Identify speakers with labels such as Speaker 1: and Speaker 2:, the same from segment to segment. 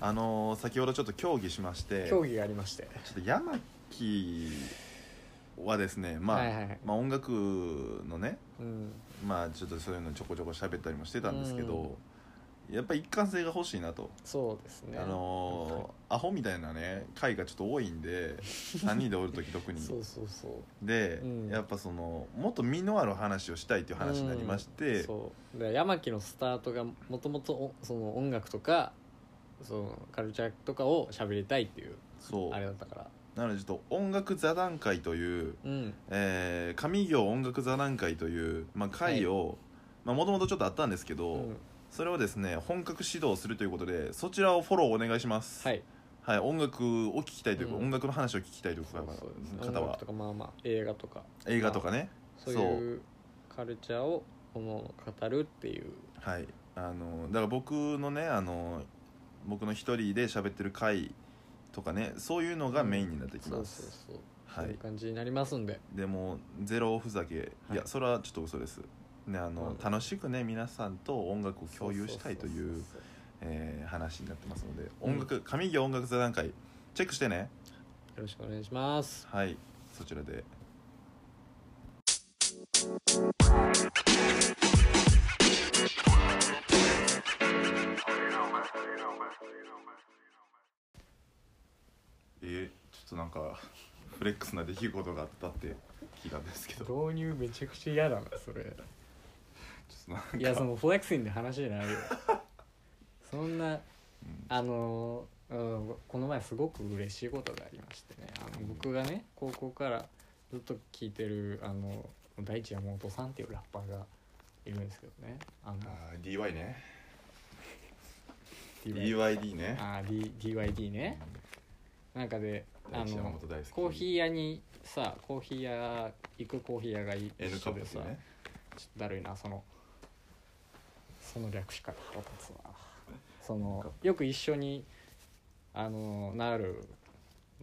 Speaker 1: あのー先ほどちょっと協議しましてちょ
Speaker 2: 競技がありまして
Speaker 1: っと山木はですねまあ、
Speaker 2: はいはいはい
Speaker 1: まあ音楽のね
Speaker 2: うん
Speaker 1: まあちょっとそういうのちょこちょこ喋ったりもしてたんですけど、やっぱ一貫性が欲しいなと、
Speaker 2: そうですね
Speaker 1: あのーアホみたいなね回がちょっと多いん で3人でおる時特に
Speaker 2: そうそうそう
Speaker 1: で、
Speaker 2: うん
Speaker 1: やっぱそのもっと身のある話をしたいっていう話になりまして、
Speaker 2: そうで山木のスタートがもともとおその音楽とかそのカルチャーとかを喋りたいっていう
Speaker 1: そう
Speaker 2: あれだったから
Speaker 1: なのでちょっと音楽座談会という、
Speaker 2: うん
Speaker 1: えー上行音楽座談会という、まあ、会をもともとちょっとあったんですけど、
Speaker 2: うん
Speaker 1: それをですね本格指導するということでそちらをフォローお願いします、
Speaker 2: はいい
Speaker 1: はい、音楽を聞きたいというか、
Speaker 2: うん
Speaker 1: 音楽の話を聞きたいという
Speaker 2: そうそうですね
Speaker 1: 方
Speaker 2: 音
Speaker 1: は
Speaker 2: 楽とかまあまあ映画とか
Speaker 1: 映画とかね
Speaker 2: そういうカルチャーをおのおの語るっていう
Speaker 1: はいあのだから僕のねあの僕の一人で喋ってる回とかねそういうのがメインになってき
Speaker 2: そ
Speaker 1: ま
Speaker 2: う
Speaker 1: す、
Speaker 2: そうそう
Speaker 1: は
Speaker 2: そう
Speaker 1: い
Speaker 2: いう感じになりますんで
Speaker 1: でもゼロふざけ、い、
Speaker 2: はい
Speaker 1: やそれはちょっと嘘ですねあの、
Speaker 2: うん
Speaker 1: 楽しくね皆さんと音楽を共有したいとい
Speaker 2: そうそそ
Speaker 1: えー話になってますので
Speaker 2: うん
Speaker 1: 音楽、上行音楽座談会チェックしてね
Speaker 2: うよろしくお願いします
Speaker 1: はいそちらでえー、ちょっとなんかフレックスな出来事があったって聞いたんですけどちょっ
Speaker 2: 導入めちゃくちゃ嫌だなそれ
Speaker 1: となんか
Speaker 2: いやそのフレックスインで話じゃないよ そんなあのーうん、この前すごく嬉しいことがありましてねあの僕がね高校からずっと聴いてるあの大地山本さんっていうラッパーがいるんですけどねあの
Speaker 1: あー DY ね
Speaker 2: DY
Speaker 1: DYD ね
Speaker 2: あー D- DYD ねなんかであ
Speaker 1: 大地山
Speaker 2: の
Speaker 1: 本大好き
Speaker 2: コーヒー屋にさコーヒー屋行くコーヒー屋がい
Speaker 1: N
Speaker 2: 一
Speaker 1: カ
Speaker 2: 緒
Speaker 1: ップ
Speaker 2: で
Speaker 1: です
Speaker 2: さ、
Speaker 1: よね
Speaker 2: ちょっとだるいなそのその略し方腹立つわそのよく一緒にあのなる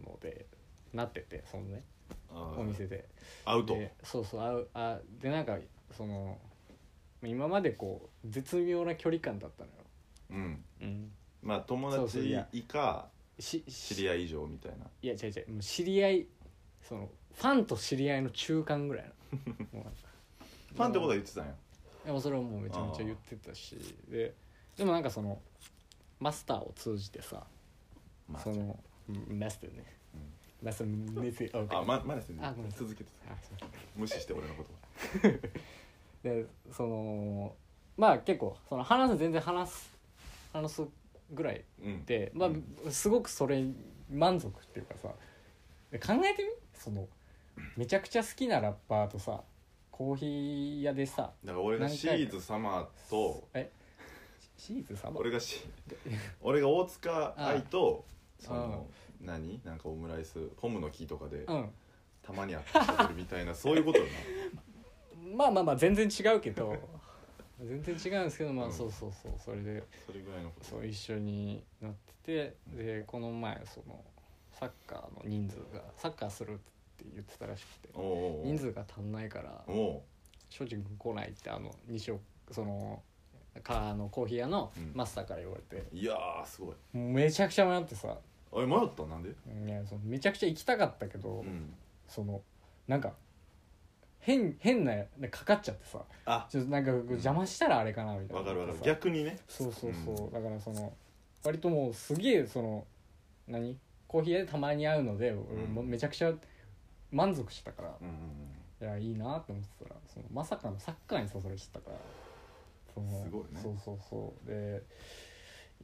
Speaker 2: のでなっててそのね
Speaker 1: あー
Speaker 2: お店で
Speaker 1: アウト
Speaker 2: でそうそうあうあでなんかその今までこう絶妙な距離感だったのよ、
Speaker 1: うん
Speaker 2: うん、
Speaker 1: まあ友
Speaker 2: そうそうい
Speaker 1: 達
Speaker 2: や
Speaker 1: 以下
Speaker 2: し
Speaker 1: 知り合い以上みたいない
Speaker 2: や違う違うもう知り合いそのファンと知り合いの中間ぐ らいなもう
Speaker 1: ファンってことは言ってたんや
Speaker 2: でもそれをもうめちゃめちゃ言ってたしででもなんかそのマスターを通じてさ
Speaker 1: まあ
Speaker 2: そのうんマスターね、
Speaker 1: うん
Speaker 2: マスターねせ
Speaker 1: あままだです
Speaker 2: あ
Speaker 1: ね
Speaker 2: ごめんなさい
Speaker 1: 続けて
Speaker 2: あすいません
Speaker 1: 無視して俺のこと
Speaker 2: でそのまあ結構その話す全然話す話すぐらい
Speaker 1: うん
Speaker 2: でまあ、
Speaker 1: うん
Speaker 2: すごくそれ満足っていうかさで考えてみそのめちゃくちゃ好きなラッパーとさコーヒー屋でさ
Speaker 1: だから俺がシーズ様と
Speaker 2: えシーズ様
Speaker 1: 俺がし俺が大塚愛 とその何なんかオムライスホムの木とかで
Speaker 2: うん
Speaker 1: たまに会ってしゃべるみたいなそういうことよな
Speaker 2: まあまあまあ全然違うけど 全然違うんですけどま
Speaker 1: う
Speaker 2: あ
Speaker 1: ん
Speaker 2: そうそうそうそれで
Speaker 1: それぐらいのこと
Speaker 2: そう一緒になって
Speaker 1: うん
Speaker 2: てでこの前そのサッカーの人数がサッカーするって言ってたらしくて
Speaker 1: おうおうおう
Speaker 2: 人数が足んないから
Speaker 1: おお
Speaker 2: 庄司君来ないってあの西尾そのかあのコーヒー屋の
Speaker 1: うん
Speaker 2: マスターから言われて、
Speaker 1: いやーすごい
Speaker 2: もうめちゃくちゃ迷ってさ
Speaker 1: あれ迷ったなんで
Speaker 2: いやそのめちゃくちゃ行きたかったけど、
Speaker 1: うん
Speaker 2: そのなんか変変なかかっちゃってさ
Speaker 1: あ
Speaker 2: ちょっとなんか邪魔したらあれかなみたいな
Speaker 1: わかるわかる
Speaker 2: さ
Speaker 1: 逆にね
Speaker 2: そうそうそう、だからその割ともうすげえその何コーヒー屋でたまに会うので、俺
Speaker 1: うん
Speaker 2: もめちゃくちゃ満足してたから、
Speaker 1: うんうん
Speaker 2: いやいいなって思ってたらそのまさかのサッカーに誘われちゃったからその
Speaker 1: すごいね
Speaker 2: そうそうそうで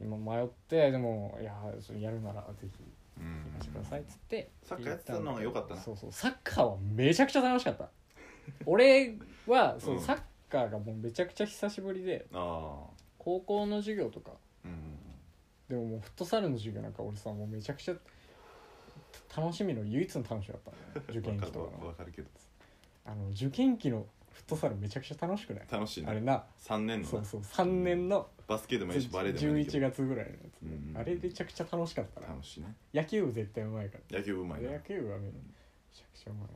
Speaker 2: 今迷ってでもいやそれやるならぜひ
Speaker 1: うんうん
Speaker 2: やらせてくださいっつって
Speaker 1: サッカーやってたのが良かったな
Speaker 2: そうそうサッカーはめちゃくちゃ楽しかった 俺はそう、
Speaker 1: うん
Speaker 2: サッカーがもうめちゃくちゃ久しぶりで
Speaker 1: あ
Speaker 2: 高校の授業とか
Speaker 1: あうん
Speaker 2: でももうフットサルの授業なんか俺さもうめちゃくちゃ楽しみの唯一の楽しみだっ たの受
Speaker 1: わ
Speaker 2: 験
Speaker 1: か
Speaker 2: 期
Speaker 1: る
Speaker 2: とか
Speaker 1: わ
Speaker 2: の
Speaker 1: かるけど
Speaker 2: あの受験期のフットサルめちゃくちゃ楽しくない
Speaker 1: 楽しい
Speaker 2: あれ
Speaker 1: ね
Speaker 2: な
Speaker 1: 3年
Speaker 2: そ
Speaker 1: の
Speaker 2: う
Speaker 1: な
Speaker 2: そう3年の
Speaker 1: バスケでもいいしバレーでもいいけ
Speaker 2: 11
Speaker 1: ど
Speaker 2: 月ぐらいのやつ、
Speaker 1: うんうん
Speaker 2: あれめちゃくちゃ楽しかったな
Speaker 1: 楽しいね
Speaker 2: 野球部絶対うまいか
Speaker 1: 野球部うま
Speaker 2: ら
Speaker 1: いな
Speaker 2: 野球部はめ
Speaker 1: ん
Speaker 2: ちゃくちゃうまい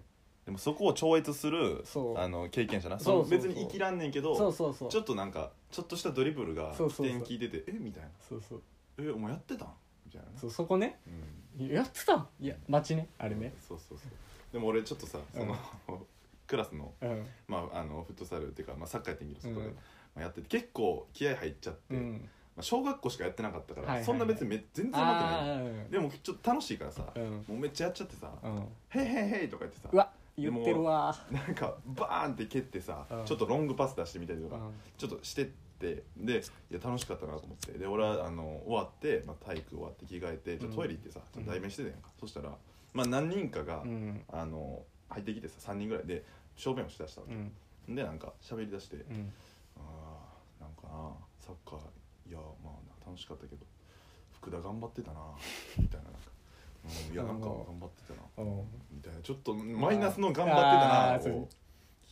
Speaker 1: でもそこを超越する
Speaker 2: そう
Speaker 1: あの経験者な
Speaker 2: そう
Speaker 1: の
Speaker 2: そうそ
Speaker 1: 別
Speaker 2: う
Speaker 1: に生きらんねんけど
Speaker 2: そうそうそう
Speaker 1: ちょっとなんかちょっとしたドリブルが
Speaker 2: そう
Speaker 1: 起
Speaker 2: そうそう
Speaker 1: 点聞いててえみたいな
Speaker 2: そうそう
Speaker 1: えお前やってたんみたいなね
Speaker 2: そうそこね
Speaker 1: うん
Speaker 2: やってたいや街ねあれね
Speaker 1: そうそうそうでも俺ちょっとさその、クラスの,、
Speaker 2: うん
Speaker 1: まあ、あのフットサルっていうか、まあ、サッカーやってんけどそこで、
Speaker 2: うん
Speaker 1: まあ、やってて結構気合入っちゃって、
Speaker 2: う
Speaker 1: ま
Speaker 2: ん
Speaker 1: あ、小学校しかやってなかったから、
Speaker 2: はいはいはい
Speaker 1: そんな別にめ全然うまくない
Speaker 2: ああ
Speaker 1: でもちょっと楽しいからさ、
Speaker 2: うんうん
Speaker 1: もうめっちゃやっちゃってさ「
Speaker 2: うん
Speaker 1: へいへいへい」とか言ってさ
Speaker 2: うわ
Speaker 1: で
Speaker 2: 言
Speaker 1: も
Speaker 2: ってるわ
Speaker 1: なんかバーンって蹴ってさ、
Speaker 2: うん
Speaker 1: ちょっとロングパス出してみたりと
Speaker 2: う
Speaker 1: か、
Speaker 2: ん
Speaker 1: ちょっとしてってでいや楽しかったなと思ってで俺はあの終わって、まあ、体育終わって着替えてちょっとトイレ行ってさ、
Speaker 2: うん
Speaker 1: ちょっと代弁してたやんか、そしたら、まあ、何人かが、
Speaker 2: うん
Speaker 1: あの入ってきてさ3人ぐらいで正面をしだしたわ
Speaker 2: う
Speaker 1: け、
Speaker 2: ん
Speaker 1: でなんか喋り出して
Speaker 2: う、ん
Speaker 1: ああーなんかなサッカーいやまあな楽しかったけど福田頑張ってたなみたいななんか、うん、いやなんか
Speaker 2: あ
Speaker 1: 頑
Speaker 2: ー
Speaker 1: 張ってたな
Speaker 2: うん
Speaker 1: みたいなちょっとマイナスの頑張ってたな
Speaker 2: あー
Speaker 1: を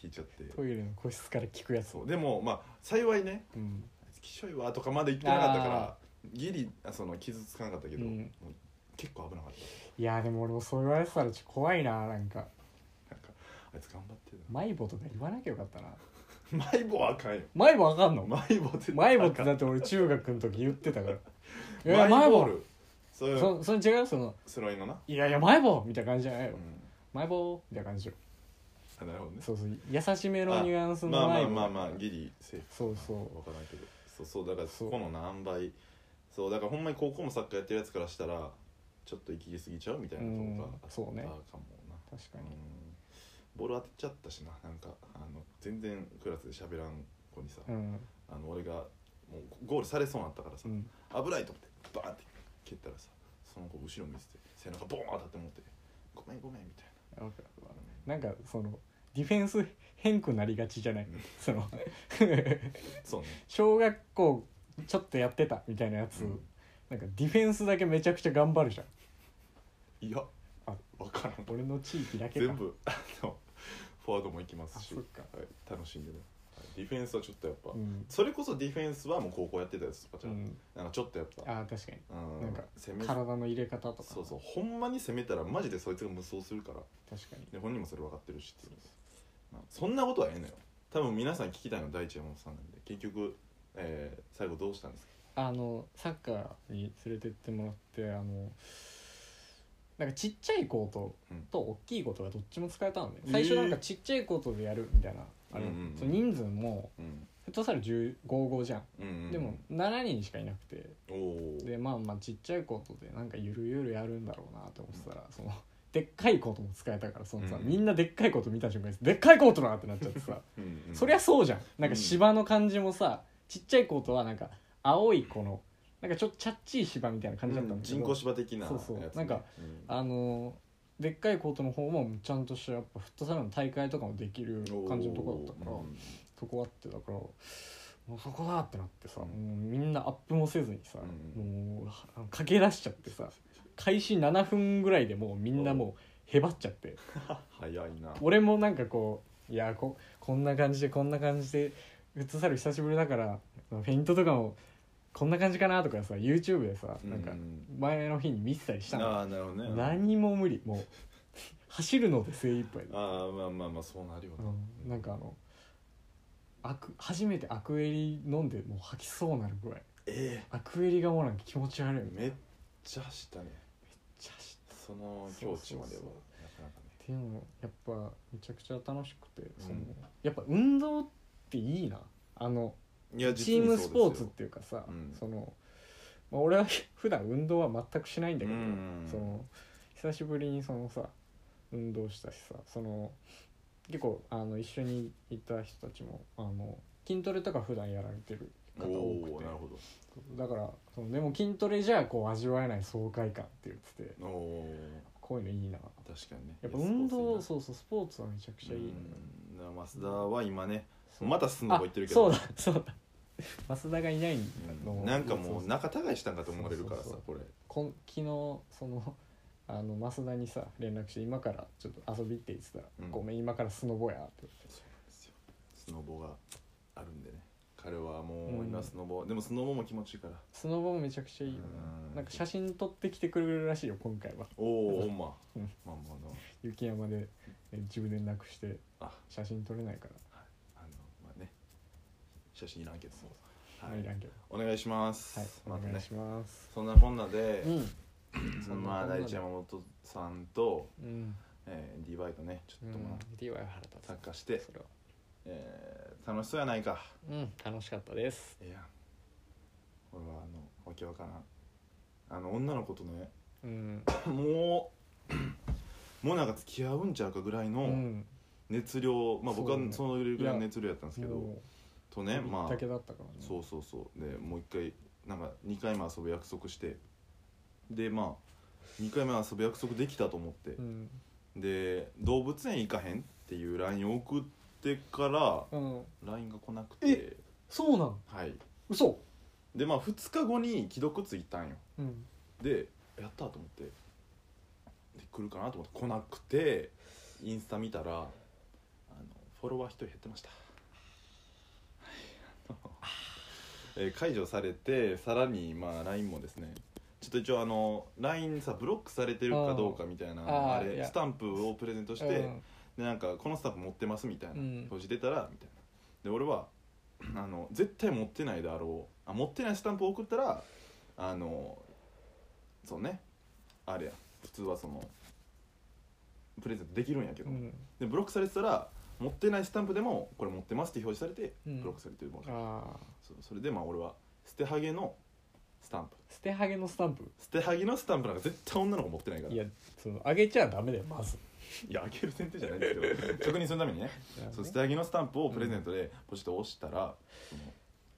Speaker 1: 聞いちゃって
Speaker 2: トイレの個室から聞くやつ
Speaker 1: そ
Speaker 2: を
Speaker 1: うでもまあ幸いね
Speaker 2: うん
Speaker 1: 「あいつきしょいわ」とかまで言ってなかったか
Speaker 2: あ
Speaker 1: らギリあその傷つかなかったけど、
Speaker 2: うん
Speaker 1: もう結構危なかった
Speaker 2: いやでも俺もそう言われてたらちょっと怖いななんか
Speaker 1: なんかあいつ頑張ってたな
Speaker 2: 迷子とか言わなきゃよかったな
Speaker 1: 迷子はあかんよ
Speaker 2: 迷子あかんの
Speaker 1: 迷子って
Speaker 2: 迷子ってだって俺中学の時言ってたからい や
Speaker 1: マ
Speaker 2: 迷
Speaker 1: イボー
Speaker 2: 子
Speaker 1: ルそういう
Speaker 2: そそれ違うその
Speaker 1: スロイのな、
Speaker 2: いやいや迷子みたいな感じじゃないうよ
Speaker 1: ん、
Speaker 2: 迷子みたいな感じよ
Speaker 1: あなるほどね
Speaker 2: そうそう優しめのニュアンス
Speaker 1: まあ
Speaker 2: の
Speaker 1: ま
Speaker 2: 迷
Speaker 1: あ
Speaker 2: 子
Speaker 1: まあまあギリセーフ
Speaker 2: そうそう
Speaker 1: 分からんけどそうそうだから
Speaker 2: そ
Speaker 1: そうこの何倍そうだからほんまに高校もサッカーやってるやつからしたらちょっと行き過ぎちゃうみたいなとこがあった
Speaker 2: うんそうね
Speaker 1: かもな
Speaker 2: 確か
Speaker 1: うん
Speaker 2: に
Speaker 1: ボール当てちゃったしななんかあの全然クラスで喋らん子にさ、
Speaker 2: うん
Speaker 1: あの俺がもうゴールされそうになったからさ、
Speaker 2: うん
Speaker 1: 危ないと思ってバーンって蹴ったらさその子後ろ見せて背中ボーン当たって思って「ごめんごめん」みたい
Speaker 2: わかるわ
Speaker 1: な。
Speaker 2: なんかそのディフェンス変くなりがちじゃない
Speaker 1: うん
Speaker 2: その
Speaker 1: そうね
Speaker 2: 小学校ちょっとやってたみたいなやつ、
Speaker 1: うん
Speaker 2: なんかディフェンスだけめちゃくちゃ頑張るじゃん
Speaker 1: いや
Speaker 2: あ
Speaker 1: 分からん
Speaker 2: 俺の地域だけか
Speaker 1: 全部あの フォワードも行きますし、
Speaker 2: あそ
Speaker 1: は
Speaker 2: っか
Speaker 1: い、楽しんでねはいディフェンスはちょっとやっぱ、
Speaker 2: うん、
Speaker 1: それこそディフェンスはもう高校やってたやつとかじ
Speaker 2: う
Speaker 1: ゃん、
Speaker 2: ん、
Speaker 1: なんかちょっとやっ
Speaker 2: あ
Speaker 1: ぱ
Speaker 2: ー確かに
Speaker 1: うん
Speaker 2: なんか
Speaker 1: 攻め
Speaker 2: 体の入れ方とか
Speaker 1: そうそうほんまに攻めたらマジでそいつが無双するから
Speaker 2: 確かに
Speaker 1: で本人もそれ分かってるしっていうまあそんなことはええのよ多分皆さん聞きたいのは第一山本さんなんで結局、えー最後どうしたんですか
Speaker 2: あのサッカーに連れてってもらってあのなんかちっちゃいコート
Speaker 1: うん
Speaker 2: と大きいコートがどっちも使えたんで、
Speaker 1: えー
Speaker 2: 最初なんかちっちゃいコートでやるみたいな、あれ
Speaker 1: うんうんうん
Speaker 2: その人数も
Speaker 1: うん
Speaker 2: フットサル15じゃん、
Speaker 1: うんうんうん
Speaker 2: でも7人しかいなくて
Speaker 1: おお
Speaker 2: でまあまあちっちゃいコートでなんかゆるゆるやるんだろうなと思ってたら、そのでっかいコートも使えたからそのさ、
Speaker 1: うん
Speaker 2: みんなでっかいコート見た瞬間にでっかいコートだってなっちゃってさ、そりゃそうじゃんなんか芝の感じもさちっちゃいコートはなんか青いこのなんかちょっとチャッチー芝みたいな感じだったんだけど、
Speaker 1: 人工芝的なやつ、ね、
Speaker 2: そうそうなんか
Speaker 1: うん
Speaker 2: あのーでっかいコートの方もちゃんとしたやっぱフットサルの大会とかもできる感じのとこだったから、
Speaker 1: おーうん
Speaker 2: そこあってだからもうそこだってなってさ、
Speaker 1: うん
Speaker 2: もうみんなアップもせずにさ、
Speaker 1: う
Speaker 2: もうあの駆け出しちゃってさ開始7分ぐらいでもうみんなもうへばっちゃって
Speaker 1: 早いな
Speaker 2: 俺もなんかこういやここんな感じでこんな感じでフットサル久しぶりだからフェイントとかもこんな感じかなとかさ YouTube でさなんか
Speaker 1: うん
Speaker 2: 前の日に見てたりしたの、
Speaker 1: ああなるほどね
Speaker 2: 何も無理もう走るので精一杯だ、
Speaker 1: ああまあまあまあそうなるよね
Speaker 2: うん、なんかあのアク初めてアクエリ飲んでもう吐きそうなるぐらい
Speaker 1: え
Speaker 2: アクエリがもうなんか気持ち悪い
Speaker 1: え
Speaker 2: め
Speaker 1: め
Speaker 2: っ
Speaker 1: っちゃしたね
Speaker 2: ちゃ走っ
Speaker 1: その境地までは
Speaker 2: そうそう
Speaker 1: なかなかね
Speaker 2: ていうのやっぱめちゃくちゃ楽しくて、その
Speaker 1: うん
Speaker 2: やっぱ運動っていいなあの
Speaker 1: いや
Speaker 2: チームスポーツっていうかさ、
Speaker 1: うん
Speaker 2: その、まあ、俺は 普段運動は全くしないんだけど、
Speaker 1: うんうんうん
Speaker 2: その久しぶりにそのさ運動したしさその結構あの一緒にいた人たちもあの筋トレとか普段やられてる方多
Speaker 1: おお
Speaker 2: く
Speaker 1: ー
Speaker 2: て
Speaker 1: なるほど
Speaker 2: だからそのでも筋トレじゃこう味わえない爽快感って言ってて
Speaker 1: おお
Speaker 2: こういうのいいな
Speaker 1: 確かにね
Speaker 2: やっぱ運動
Speaker 1: う
Speaker 2: そうそうスポーツはめちゃくちゃいいのよ、
Speaker 1: 増田は今ね
Speaker 2: そう
Speaker 1: またスノボ行ってるけ
Speaker 2: あ
Speaker 1: ど
Speaker 2: そうだそうだ 増田がいないの
Speaker 1: う
Speaker 2: も
Speaker 1: んなんかも
Speaker 2: そう
Speaker 1: 仲違いしたんかと思われるから
Speaker 2: そう
Speaker 1: さ
Speaker 2: そう
Speaker 1: これ
Speaker 2: こん昨日その あの増田にさ連絡して「今からちょっと遊び」って言ってたら「
Speaker 1: うん
Speaker 2: ごめん今からスノボや」って
Speaker 1: スノボがあるんでね彼はもう今スノボ、でもスノボも気持ちいいから
Speaker 2: スノボもめちゃくちゃいいよね
Speaker 1: うん
Speaker 2: なんか写真撮ってきてくれるらしいよ今回は
Speaker 1: おおほんま
Speaker 2: うん
Speaker 1: まあまあの
Speaker 2: 雪山でえ充電なくして
Speaker 1: あ
Speaker 2: 写真撮れないから
Speaker 1: あのまあね写真いらんけど
Speaker 2: は、
Speaker 1: はいい
Speaker 2: ランケン
Speaker 1: お願いします、
Speaker 2: はい、
Speaker 1: ま
Speaker 2: お
Speaker 1: た
Speaker 2: 願い
Speaker 1: ね
Speaker 2: します。
Speaker 1: そんなこんなで、
Speaker 2: うん、
Speaker 1: そんな大地山本さんと、
Speaker 2: うん、
Speaker 1: えー、D バイトねちょっとまあ、
Speaker 2: D. Y. 腹立つ。
Speaker 1: 参加して、
Speaker 2: それは。
Speaker 1: えー、楽しそうやないか
Speaker 2: うん、楽しかったです。
Speaker 1: いや俺はあのわけわからんあの女の子とね
Speaker 2: うん、
Speaker 1: もうもうなんか付き合うんちゃうかぐらいうの
Speaker 2: ん、
Speaker 1: 熱量、まあ僕は
Speaker 2: そうね
Speaker 1: そのぐらいの熱量やったんですけど、
Speaker 2: も
Speaker 1: と
Speaker 2: う
Speaker 1: ねまあ
Speaker 2: だけだったからね。
Speaker 1: そうそうそうでもう一回なんか2回目遊ぶ約束してでまあ2回目遊ぶ約束できたと思って
Speaker 2: う、ん、
Speaker 1: で動物園行かへんっていう LINE を送ってか
Speaker 2: うん、
Speaker 1: ら LINE が来なくて
Speaker 2: そうなん、
Speaker 1: はい
Speaker 2: 嘘。
Speaker 1: でまあ2日後に既読ついたんよ
Speaker 2: うん、
Speaker 1: でやったと思ってで来るかなと思って来なくてインスタ見たらあのフォロワー1人減ってましたはいあのえー解除されてさらにまあ LINE もですねちょっと一応あの LINE さブロックされてるかどうかみたいな
Speaker 2: あー
Speaker 1: あ
Speaker 2: い
Speaker 1: れ
Speaker 2: や
Speaker 1: スタンプをプレゼントして、
Speaker 2: うん
Speaker 1: でなんかこのスタッフ持ってますみたいな、
Speaker 2: うん
Speaker 1: 表示出たらみたいなで俺は あの絶対持ってないであろうあ持ってないスタンプを送ったらあのそうねあれや普通はそのプレゼントできるんやけど、
Speaker 2: うん、
Speaker 1: でブロックされてたら持ってないスタンプでもこれ持ってますって表示されて
Speaker 2: うん
Speaker 1: ブロックされてるもん、
Speaker 2: ああ、
Speaker 1: そうそれでまあ俺は捨てハゲのスタンプ
Speaker 2: 捨てハゲのスタンプ。
Speaker 1: 捨てハゲのスタンプなんか絶対女の子持ってないから
Speaker 2: いや、そのあげちゃダメだよ、まず。
Speaker 1: いや開ける前提じゃないんですけど 確認するためにねそう下着のスタンプをプレゼントでポチッと押したら、その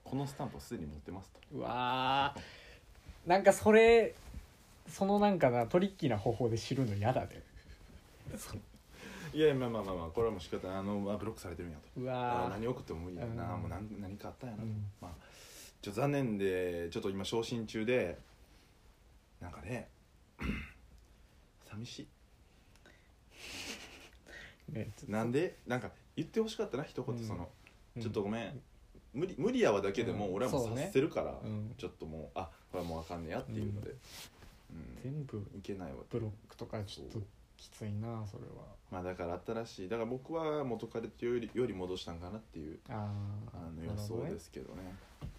Speaker 1: このスタンプをすでに持ってますと
Speaker 2: うわあ。なんかそれ。そのなんかな、トリッキーな方法で知るの嫌だね。
Speaker 1: いやいやまあまあまあ、まあ、これはもう仕方ないあのあブロックされてるんやと
Speaker 2: う
Speaker 1: あ
Speaker 2: わあ。
Speaker 1: 何送っても無理やな、
Speaker 2: うん
Speaker 1: もう何何かあったんやなと、
Speaker 2: うん
Speaker 1: まあちょっと残念でちょっと今昇進中でなんかね 寂し
Speaker 2: ね、
Speaker 1: いなんでなんか言ってほしかったな一言その、
Speaker 2: うん
Speaker 1: ちょっと。ごめん無理無理やわだけでも
Speaker 2: うん
Speaker 1: 俺はもう
Speaker 2: そうね
Speaker 1: 察せるから、
Speaker 2: うん
Speaker 1: ちょっともうあこれはもうあかんねやっていうので、うん
Speaker 2: 全部
Speaker 1: いけないわ
Speaker 2: ブロックとかちょっときついなそれは
Speaker 1: まあだから新しいだから僕は元彼とよりより戻したんかなっていう
Speaker 2: あ
Speaker 1: あ
Speaker 2: あ
Speaker 1: の予想ですすけどね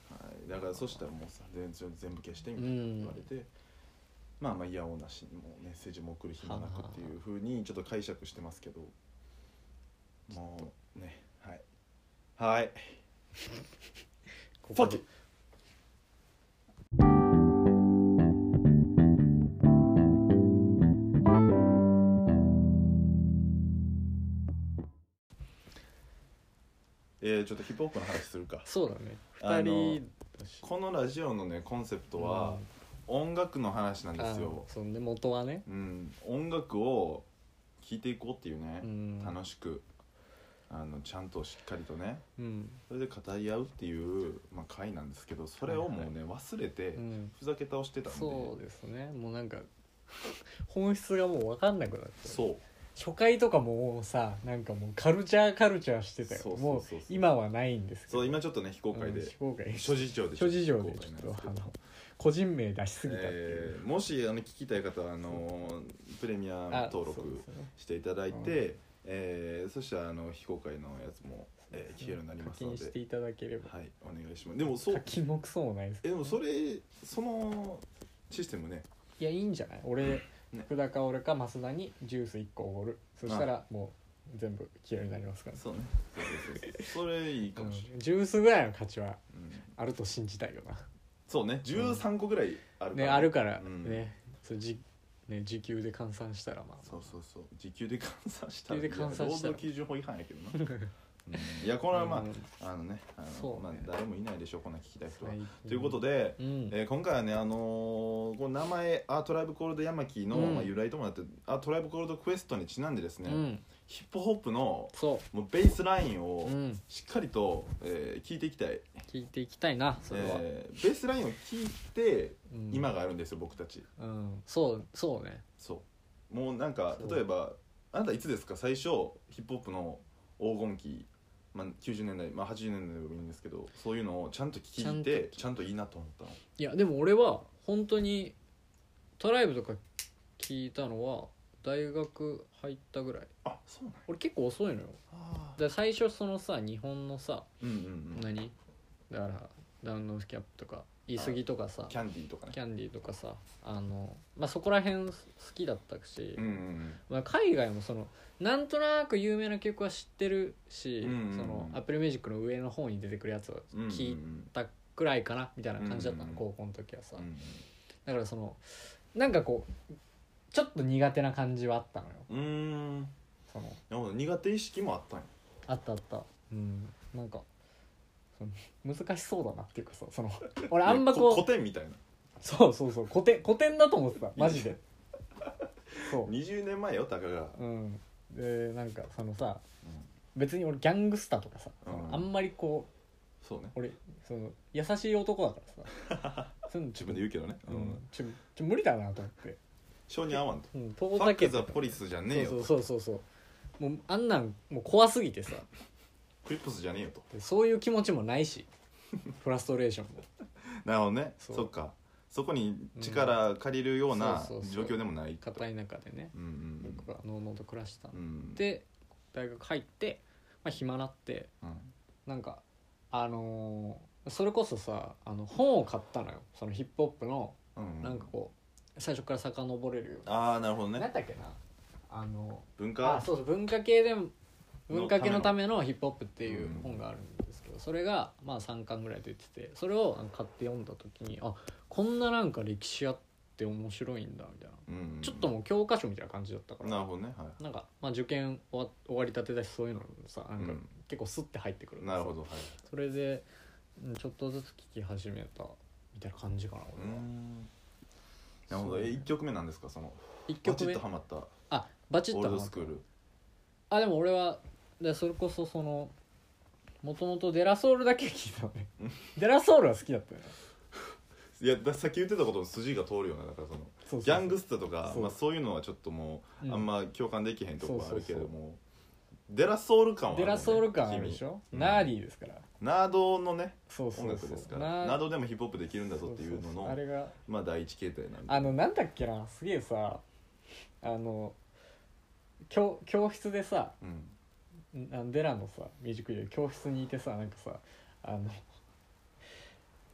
Speaker 1: はい、だからそしたらもうさ全然全部消してみたいな
Speaker 2: うん
Speaker 1: 言われて、まあまあ嫌おなしにもうメッセージも送る暇なくっていうふうにちょっと解釈してますけどもうねはいはいフ
Speaker 2: こ
Speaker 1: ァ
Speaker 2: こ
Speaker 1: ッキ
Speaker 2: で
Speaker 1: ーえー、ちょっとヒップホップの話するか
Speaker 2: そうだね
Speaker 1: あの
Speaker 2: 二人だし
Speaker 1: このラジオのねコンセプトは音楽の話なん
Speaker 2: うん
Speaker 1: ですよ
Speaker 2: あーそんで元はね
Speaker 1: うん、音楽を聴いていこうっていうね、
Speaker 2: うん
Speaker 1: 楽しくあのちゃんとしっかりとね
Speaker 2: うん
Speaker 1: それで語り合うっていう、まあ、回なんですけどそれをもうね、忘れて、
Speaker 2: うん
Speaker 1: ふざけ倒してたんで
Speaker 2: そうですねもうなんか本質がもう分かんなくなっちゃう
Speaker 1: そう
Speaker 2: 初回とかもうさなんかもうカルチャーカルチャーしてた
Speaker 1: そうそ
Speaker 2: よ
Speaker 1: うそう
Speaker 2: もう
Speaker 1: そう
Speaker 2: 今はないんですけど
Speaker 1: そう今ちょっとね非公開
Speaker 2: うん
Speaker 1: で
Speaker 2: 非、公開
Speaker 1: 諸事情で
Speaker 2: 諸事情で
Speaker 1: 非公
Speaker 2: ち
Speaker 1: 開なん
Speaker 2: ょっと
Speaker 1: ですけ
Speaker 2: あ
Speaker 1: ど
Speaker 2: の個人名出しすぎたっていう
Speaker 1: えーもしあの聞きたい方はあのプレミアム
Speaker 2: あ
Speaker 1: 登
Speaker 2: そうで
Speaker 1: 録
Speaker 2: すね
Speaker 1: していただいて、
Speaker 2: う
Speaker 1: えーそしたらあの非公開のやつも、えー聞けるようになりますの
Speaker 2: 課金し
Speaker 1: で
Speaker 2: ていただければ
Speaker 1: はいお願いしますでもそう
Speaker 2: 課金もクソもないですけ
Speaker 1: え
Speaker 2: ど
Speaker 1: でもそれそのシステムね
Speaker 2: いやいいんじゃない俺、福田か俺か増田にジュース1個おごるそしたらもう全部消えになりますから、
Speaker 1: そうねそうそうそうそれいいかもしれない、
Speaker 2: うんジュースぐらいの価値は
Speaker 1: うん
Speaker 2: あると信じたいよな
Speaker 1: そうね13個ぐらいあるから、
Speaker 2: ねあるから
Speaker 1: うん
Speaker 2: ね,、そうじね時給で換算したらまあ
Speaker 1: そうそうそう時給で換算したら
Speaker 2: 時給で換算したら
Speaker 1: いや労働基準法違反やけどな、うんいやこれはまあ、
Speaker 2: うん
Speaker 1: あのねあの
Speaker 2: そう
Speaker 1: まあ
Speaker 2: ね、
Speaker 1: 誰もいないでしょうこんなん聞きたい人は、
Speaker 2: はい
Speaker 1: ということで、
Speaker 2: うん
Speaker 1: えー今回はね、あのーこの名前「アートライブコールドヤマキの」
Speaker 2: うん
Speaker 1: まあ、由来ともなって「アートライブコールドクエスト」にちなんでですね、
Speaker 2: うん
Speaker 1: ヒップホップの
Speaker 2: そ
Speaker 1: もうベースライン
Speaker 2: う、
Speaker 1: を
Speaker 2: うん、
Speaker 1: しっかりと、えー聞いていきたい
Speaker 2: 聞いていきたいなそれは、
Speaker 1: えーベースラインを聞いて
Speaker 2: うん
Speaker 1: 今があるんですよ、僕たち
Speaker 2: うんそうそうね
Speaker 1: そうもうなんか
Speaker 2: そう
Speaker 1: 例えばあなたいつですか最初ヒップホップの黄金期まあ、90年代、まあ、80年代でもいいんですけどそういうのをちゃんと聞いてちゃんといいなと思ったの
Speaker 2: いやでも俺は本当にトライブとか聞いたのは大学入ったぐらい
Speaker 1: あそうなんや
Speaker 2: 俺結構遅いのよ
Speaker 1: あー
Speaker 2: で最初そのさ日本のさ
Speaker 1: うんうんうん
Speaker 2: 何だからダウンロードキャップとか言い過ぎとかさ
Speaker 1: キャンディーとかね
Speaker 2: キャンディーとかさあの、まあ、そこら辺好きだったし、
Speaker 1: うんうん
Speaker 2: まあ、海外もそのなんとなく有名な曲は知ってるし、
Speaker 1: うんうんうん
Speaker 2: そのアップルミュージックの上の方に出てくるやつは
Speaker 1: うんうんうん
Speaker 2: 聞いたくらいかなみたいな感じだっ
Speaker 1: う
Speaker 2: たの、
Speaker 1: んうんうん
Speaker 2: 高校の時はさ、
Speaker 1: うん
Speaker 2: だからそのなんかこうちょっと苦手な感じはあったのよ
Speaker 1: うんうーん
Speaker 2: その
Speaker 1: なるほど苦手意識もあったんや
Speaker 2: あったあったうんなんかその難しそうだなっていうかさ その俺あんま
Speaker 1: 古
Speaker 2: こう
Speaker 1: 典みたいな
Speaker 2: そうそうそう古典古典だと思ってたマ ジでそう
Speaker 1: 20年前よたかが
Speaker 2: うん、でなんかそのさ
Speaker 1: うん
Speaker 2: 別に俺ギャングスターとかさ、
Speaker 1: うん
Speaker 2: あんまりこう
Speaker 1: そうね
Speaker 2: 俺その優しい男だ からさそういうの
Speaker 1: 自分で言うけどね
Speaker 2: う
Speaker 1: うんん、
Speaker 2: ちょちょ無理だなと思って、
Speaker 1: 性に合わんと
Speaker 2: うん、
Speaker 1: フ
Speaker 2: 遠
Speaker 1: ァ
Speaker 2: ざ
Speaker 1: ック
Speaker 2: け
Speaker 1: ザポリスじゃねえよ
Speaker 2: そう
Speaker 1: と
Speaker 2: そうそうそうそうもうあんなんもう怖すぎてさ
Speaker 1: クリップスじゃねえよと
Speaker 2: でそういう気持ちもないしフラストレーションも
Speaker 1: なるほどね
Speaker 2: そ
Speaker 1: そうっかそこに力借りるような
Speaker 2: そうそうそ
Speaker 1: 状
Speaker 2: う
Speaker 1: 況でもないと
Speaker 2: 硬い中でね
Speaker 1: うんうん
Speaker 2: 僕はのうのうと暮らしてたん
Speaker 1: う
Speaker 2: で、
Speaker 1: ん
Speaker 2: で大学入って、まあ、暇なって
Speaker 1: うん
Speaker 2: なんかあのーそれこそさあの本を買ったのよそのヒップホップの
Speaker 1: うん
Speaker 2: なんかこう最初から遡れるよう
Speaker 1: ああなるほど
Speaker 2: な、なん
Speaker 1: ね
Speaker 2: だっけなあの
Speaker 1: 文
Speaker 2: あ
Speaker 1: 化
Speaker 2: そうそう文化系で文化系のためのヒップホップっていう
Speaker 1: うん
Speaker 2: 本があるんですけどそれがまあ3巻ぐらい出ててそれをなんか買って読んだ時にあこんななんか歴史あって面白いんだみたいな
Speaker 1: うんうん
Speaker 2: ちょっともう教科書みたいな感じだったから
Speaker 1: なるほどねは
Speaker 2: なんかまあ受験終わ終わりたてだしそういうのもさなんか
Speaker 1: うん
Speaker 2: 結構スッて入ってくる
Speaker 1: い
Speaker 2: から
Speaker 1: な
Speaker 2: さ
Speaker 1: るほどはい
Speaker 2: それでうんちょっとずつ聞き始めたみたいな感じかな
Speaker 1: うー
Speaker 2: 俺は
Speaker 1: んなるほ
Speaker 2: そう
Speaker 1: ど
Speaker 2: ね
Speaker 1: え一曲目なんですかその
Speaker 2: 1
Speaker 1: パチ
Speaker 2: 曲
Speaker 1: ッ
Speaker 2: 目
Speaker 1: とハマったオ
Speaker 2: あバチッ
Speaker 1: ー
Speaker 2: と
Speaker 1: ル
Speaker 2: はま
Speaker 1: ド
Speaker 2: た
Speaker 1: スクール
Speaker 2: あでも俺はでそれこそそのもともとデラソールだけ聞いたのねデラソールは好きだったよね
Speaker 1: いやださっき言ってたことの筋が通るようなだからその
Speaker 2: そうそうそう
Speaker 1: ギャングスタとか
Speaker 2: そう
Speaker 1: まあ、そういうのはちょっともう、
Speaker 2: うん
Speaker 1: あんま共感できへんとこはあるけれども
Speaker 2: そう
Speaker 1: デラソール感はある
Speaker 2: デ
Speaker 1: よね
Speaker 2: ラソール感あるでしょ、
Speaker 1: 君
Speaker 2: ナーディーですから
Speaker 1: ナードのね
Speaker 2: そう
Speaker 1: 音
Speaker 2: そうそ
Speaker 1: 楽
Speaker 2: う
Speaker 1: ですからナードでもヒップホップできるんだぞっていうの
Speaker 2: そそ
Speaker 1: の
Speaker 2: そあれが
Speaker 1: まあ第一形態なんで
Speaker 2: あのなんだっけなすげえさあの教教室でさ
Speaker 1: うん、
Speaker 2: んあのデラのさミュージックビデオ教室にいてさなんかさあの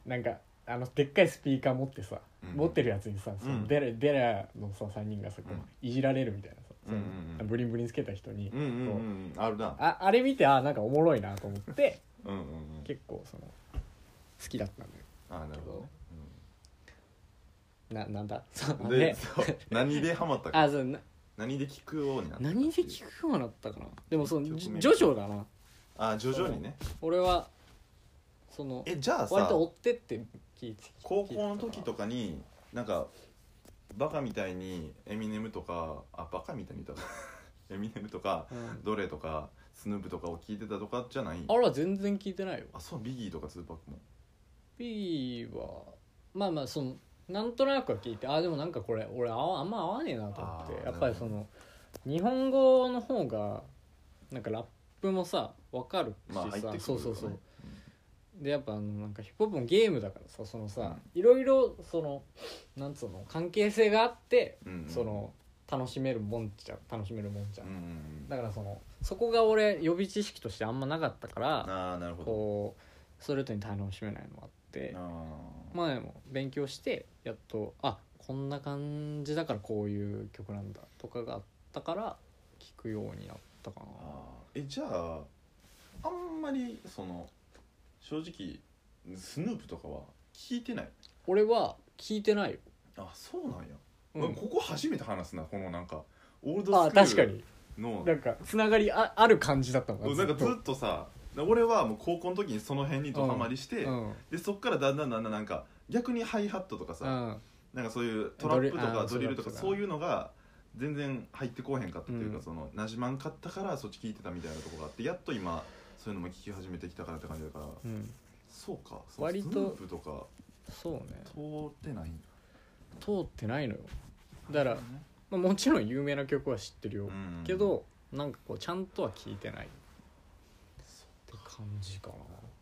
Speaker 2: なんかあのでっかいスピーカー持ってさ、
Speaker 1: うん
Speaker 2: 持ってるやつにさその
Speaker 1: うん
Speaker 2: デラ,、デラのさ3人がさこう、
Speaker 1: うん
Speaker 2: いじられるみたいなさ、その
Speaker 1: うんうんうん
Speaker 2: ブリンブリンつけた人に、
Speaker 1: うんうんうん
Speaker 2: こう
Speaker 1: うんあるな
Speaker 2: ああれ見てあなんかおもろいなと思って
Speaker 1: うんうんうん
Speaker 2: 結構その好きだったんだよ
Speaker 1: あーなるほどね、
Speaker 2: ななんだそう
Speaker 1: うん、
Speaker 2: で
Speaker 1: で そう何でハマったか
Speaker 2: あそうな
Speaker 1: 何で聞くようになったかっていう
Speaker 2: 何で聞くようになったかなでもその
Speaker 1: 曲名
Speaker 2: ジョジョジョだな
Speaker 1: あー徐々にね
Speaker 2: 俺はその
Speaker 1: えじゃあ
Speaker 2: 割
Speaker 1: さ
Speaker 2: と追ってって聞いて
Speaker 1: 高校の時と
Speaker 2: か
Speaker 1: かになんかバカみたいにエミネムとかあバカみたいに言った エミネムとか
Speaker 2: うん
Speaker 1: ドレとかスヌープとかを聞いてたとかじゃない
Speaker 2: あら全然聞いてないよ
Speaker 1: あそうビギーとかツーパックも
Speaker 2: B はまあまあそのなんとなくは聞いてあでもなんかこれ俺あわあんま合わねえなと思っ
Speaker 1: あ
Speaker 2: て
Speaker 1: ー
Speaker 2: やっぱりその日本語の方がなんかラップもさわかるし
Speaker 1: まあ
Speaker 2: さ、
Speaker 1: 入ってくるよね
Speaker 2: そうそうそう
Speaker 1: うん
Speaker 2: でやっぱあのなんかヒップホップもゲームだからさそのさ、いろいろそのなんつうの関係性があって、
Speaker 1: うんうん
Speaker 2: その楽しめるもんじゃ楽しめるもんじゃん、
Speaker 1: うんうんうん
Speaker 2: だからそのそこが俺予備知識としてあんまなかったから
Speaker 1: ああなるほど
Speaker 2: こうストレートに楽しめないのもあって
Speaker 1: あー
Speaker 2: まあでも勉強してやっとあこんな感じだからこういう曲なんだとかがあったから聴くようになったかな
Speaker 1: あーえじゃああんまりその正直スヌープとかは聞いてない
Speaker 2: 俺は聴いてないよ、
Speaker 1: あそうなんや、
Speaker 2: うん
Speaker 1: ここ初めて話すなこのなんかオール
Speaker 2: あ
Speaker 1: ドスク
Speaker 2: 確か
Speaker 1: ール
Speaker 2: に
Speaker 1: の
Speaker 2: なんかつながりあある感じだったの
Speaker 1: なんかずっとさ俺はもう高校の時にその辺にドハマりして、
Speaker 2: うん
Speaker 1: でそっからだんだんだんだんなんか逆にハイハットとか
Speaker 2: う
Speaker 1: さ、
Speaker 2: ん
Speaker 1: なんかそういうトラップと
Speaker 2: ドリあ
Speaker 1: か
Speaker 2: ー
Speaker 1: ドリルとか
Speaker 2: そうだ
Speaker 1: そういうのが全然入ってこうへんかったというか、
Speaker 2: うん
Speaker 1: そのなじまんかったからそっち聞いてたみたいなとこがあってやっと今そういうのも聞き始めてきたからって感じだから、
Speaker 2: うん
Speaker 1: そうか
Speaker 2: 割と
Speaker 1: スヌープとか
Speaker 2: そうね
Speaker 1: 通ってないんだ
Speaker 2: 通ってないのよだから、まあ、もちろん有名な曲は知ってるよ、
Speaker 1: うん
Speaker 2: けどなんかこうちゃんとは聴いてないっ
Speaker 1: そ
Speaker 2: て感じかな
Speaker 1: ほ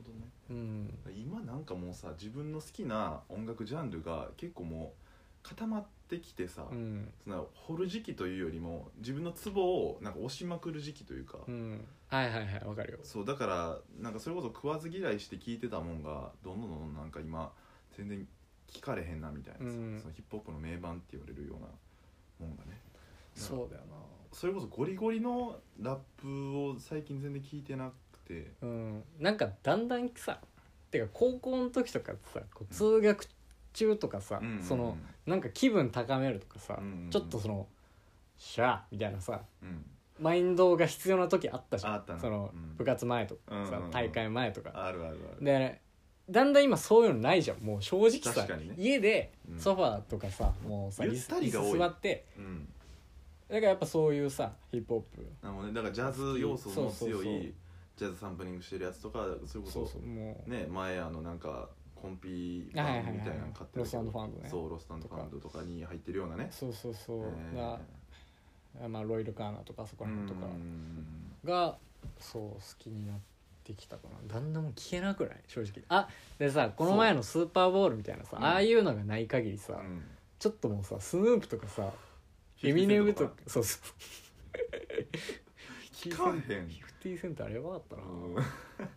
Speaker 1: どね
Speaker 2: うん
Speaker 1: 今なんかもうさ自分の好きな音楽ジャンルが結構もう固まってきてさ、
Speaker 2: うん
Speaker 1: その掘る時期というよりも自分のツボをなんか押しまくる時期というか、
Speaker 2: うんはいはいはいわかるよ
Speaker 1: そうだからなんかそれこそ食わず嫌いして聞いてたもんがどんどんどんどんなんか今全然聞かれへんなみたいなさ、
Speaker 2: うん
Speaker 1: そのヒップホップの名盤って言われるようなもんがね
Speaker 2: そうだよな
Speaker 1: それこそゴリゴリのラップを最近全然聞いてなくて
Speaker 2: うん、なんかだんだんさてか高校の時とかってさこう通学中とかさ、
Speaker 1: うんうんうん
Speaker 2: そのなんか気分高めるとかさ、
Speaker 1: うんうんうん
Speaker 2: ちょっとその「シャー」みたいなさ
Speaker 1: うん
Speaker 2: マインドが必要な時あったじゃん
Speaker 1: あったな
Speaker 2: その、
Speaker 1: うん
Speaker 2: 部活前とかさ、
Speaker 1: うんうんうん
Speaker 2: 大会前とか
Speaker 1: あるあるある
Speaker 2: でだんだん今そういうのないじゃんもう正直さ
Speaker 1: 確かにね
Speaker 2: 家で
Speaker 1: うん
Speaker 2: ソファーとかさ、もうさ
Speaker 1: ゆ
Speaker 2: 椅
Speaker 1: った
Speaker 2: 子
Speaker 1: りが多い
Speaker 2: 椅子座って
Speaker 1: うん
Speaker 2: だからやっぱそういうさヒップホップ
Speaker 1: なのでだからジャズ要素
Speaker 2: そ
Speaker 1: の
Speaker 2: うそうそう
Speaker 1: 強いジャズサンプリングしてるやつとかそれこ
Speaker 2: そう
Speaker 1: そ
Speaker 2: そうもう、
Speaker 1: ね前あのなんかコンピみたい
Speaker 2: はいはい
Speaker 1: な
Speaker 2: はい
Speaker 1: の買ってる
Speaker 2: ロスファンドね
Speaker 1: そうロスファンドファンドとかに入ってるようなね
Speaker 2: そうそうそう、
Speaker 1: えー
Speaker 2: なまあ、ロイル・カーナとかそこら辺とか
Speaker 1: うん
Speaker 2: がそう好きになってきたかなだんだんもう消えなくない正直あでさこの前のスーパーボールみたいなさ
Speaker 1: うん
Speaker 2: ああいうのがない限りさ、
Speaker 1: うん
Speaker 2: ちょっともうさスヌープとかさエミネムとかそうそう
Speaker 1: 聞かへん
Speaker 2: 50セントあれやばかったな、
Speaker 1: うん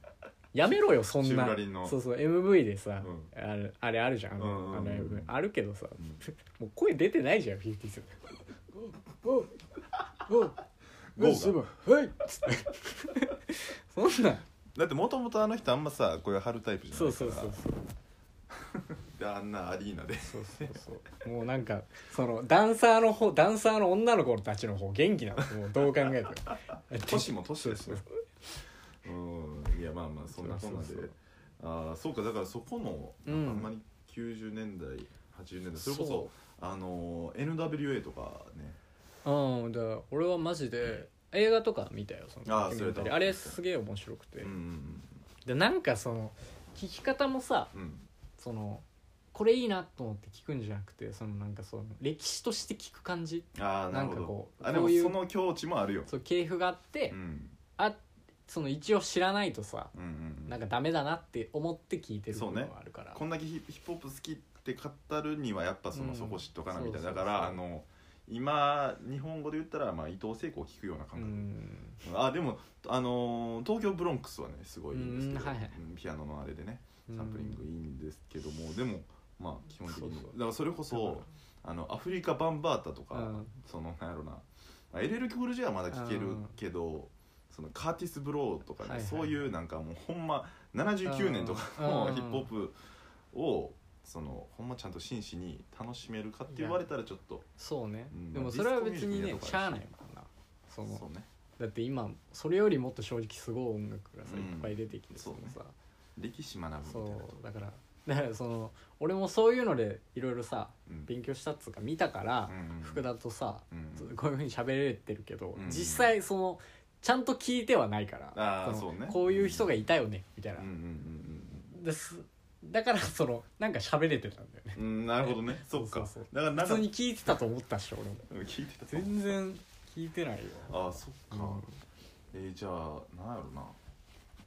Speaker 2: やめろよそん
Speaker 1: シ
Speaker 2: な
Speaker 1: ムラリンの
Speaker 2: そうそう MV でさ、
Speaker 1: う
Speaker 2: あれあれあるじゃん,、
Speaker 1: うんうんうん
Speaker 2: あの MV あるけどさ
Speaker 1: うん
Speaker 2: もう声出てないじゃん50セントおおお
Speaker 1: ゴーが
Speaker 2: よし今はいっつって そんなん
Speaker 1: だってもともとあの人あんまさこういう春タイプじゃ
Speaker 2: そ
Speaker 1: な
Speaker 2: う
Speaker 1: いか
Speaker 2: そう
Speaker 1: ら
Speaker 2: そう
Speaker 1: であんなアリーナ で
Speaker 2: そうそうそうもうなんかそのダンサーの方ダンサーの女の子たちの方元気なのもうどう考えても
Speaker 1: 年も年です
Speaker 2: そう
Speaker 1: よ
Speaker 2: そう
Speaker 1: うんいやまあまあそんなこんなで
Speaker 2: そうそうそう
Speaker 1: ああそうかだからそこのあ
Speaker 2: うん
Speaker 1: んまり90年代80年代それこ
Speaker 2: そ
Speaker 1: そあのー NWA とかね
Speaker 2: うんだから俺はマジで映画とか見たよその
Speaker 1: あーそれだ
Speaker 2: あれすげえ面白くて、
Speaker 1: うん
Speaker 2: でなんかその聞き方もさ
Speaker 1: うんうん
Speaker 2: そのこれいいなと思って聞くんじゃなくてそのなんかその歴史として聞く感じ
Speaker 1: ああなるほ
Speaker 2: なんか
Speaker 1: ど
Speaker 2: こう
Speaker 1: あでも
Speaker 2: こういう
Speaker 1: その境地もあるよ
Speaker 2: そう系譜があって、
Speaker 1: うん
Speaker 2: あその一応知らないとさ
Speaker 1: うんうんう
Speaker 2: なん
Speaker 1: ん
Speaker 2: かダメだなって思って聞いてる部
Speaker 1: そうね
Speaker 2: 分はあるから、
Speaker 1: こんだけヒヒップホップ好きって語るにはやっぱその
Speaker 2: うん
Speaker 1: そこ知っとかなみたい
Speaker 2: そ
Speaker 1: な
Speaker 2: う
Speaker 1: だ
Speaker 2: そうそ
Speaker 1: か
Speaker 2: う
Speaker 1: らあの今日本語で言ったらまあ伊藤聖子を聞くような
Speaker 2: う
Speaker 1: 感覚
Speaker 2: ん
Speaker 1: あでもあのー東京ブロンクスはねすごいいいんですけど、
Speaker 2: うんはいはい
Speaker 1: うんピアノのあれでねサンプリングいいんですけども、でもまあ基本的に
Speaker 2: そうそう
Speaker 1: だからそれこそあのアフリカ・バンバータとか、
Speaker 2: うん
Speaker 1: そのなんやろな、まあ、エレル・キョルジェはまだ聴けるけどそのカーティス・ブローとかね、
Speaker 2: はいはい
Speaker 1: そういうなんかもうほんま79年とかの
Speaker 2: うん
Speaker 1: ヒップホップをそのほんまちゃんと真摯に楽しめるかって言われたらちょっと
Speaker 2: そうね、
Speaker 1: うん
Speaker 2: でもそれは別に
Speaker 1: ディスコミュ
Speaker 2: ね
Speaker 1: ニティとかだし
Speaker 2: しゃあないもんなそ
Speaker 1: そう
Speaker 2: の
Speaker 1: ね
Speaker 2: だって今それよりもっと正直すごい音楽がさ、
Speaker 1: うん
Speaker 2: いっぱい出てきてさ
Speaker 1: そうね歴史学ぶみた
Speaker 2: そ
Speaker 1: いうなとこ
Speaker 2: だからだからその俺もそういうのでいろいろさ
Speaker 1: うん
Speaker 2: 勉強したっつうか見たから、
Speaker 1: うんうん
Speaker 2: 福田とさ、
Speaker 1: うん
Speaker 2: こういうふうに喋れてるけど、
Speaker 1: うん
Speaker 2: 実際そのちゃんと聞いてはないから
Speaker 1: あー
Speaker 2: の
Speaker 1: そうね
Speaker 2: こういう人がいたよねみたいな、
Speaker 1: うんうん
Speaker 2: ですだからそのなんか喋れてたんだよね
Speaker 1: うんうんうんなるほどねそっか
Speaker 2: そうそう
Speaker 1: だからなん
Speaker 2: 普
Speaker 1: か
Speaker 2: 通に聞いてたと思ったっしょ俺も
Speaker 1: うん聞いてたと思う
Speaker 2: 全然聞いてないよ
Speaker 1: ああそっか、
Speaker 2: うん
Speaker 1: えーじゃあなんやろ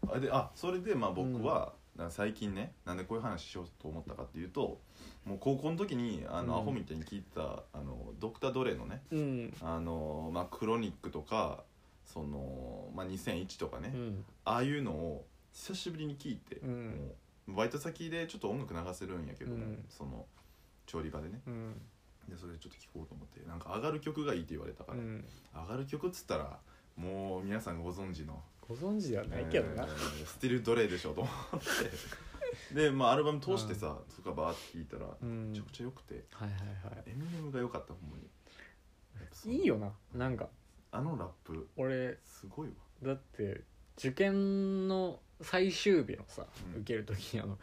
Speaker 1: なあであそれでまあ僕は、な最近ねなんでこういう話しようと思ったかっていうともう高校の時にあの、
Speaker 2: うん
Speaker 1: アホみたいに聞いてたあのドクター・ドレのね
Speaker 2: うん
Speaker 1: あの、まあ、クロニックとかその、まあ、2001とかね、
Speaker 2: うん
Speaker 1: ああいうのを久しぶりに聞いて、
Speaker 2: うん
Speaker 1: もうバイト先でちょっと音楽流せるんやけども、
Speaker 2: うん
Speaker 1: その調理場でね
Speaker 2: うん
Speaker 1: でそれちょっと聞こうと思ってなんか上がる曲がいいって言われたか
Speaker 2: う
Speaker 1: ら、
Speaker 2: ん
Speaker 1: 上がる曲っつったらもう皆さんご存知の
Speaker 2: ご存知ではないけどな、
Speaker 1: えースティル・ドレイでしょと思ってでまあアルバム通してさ、そこからバーって聴いたら
Speaker 2: うん
Speaker 1: めちゃくちゃ良くて、
Speaker 2: はいはいは
Speaker 1: エミネムが良かったほんまにやっぱそ
Speaker 2: い
Speaker 1: の
Speaker 2: いいよななんか
Speaker 1: あのラップ
Speaker 2: 俺
Speaker 1: すごいわ
Speaker 2: だって受験の最終日のさ、
Speaker 1: うん
Speaker 2: 受ける時にあの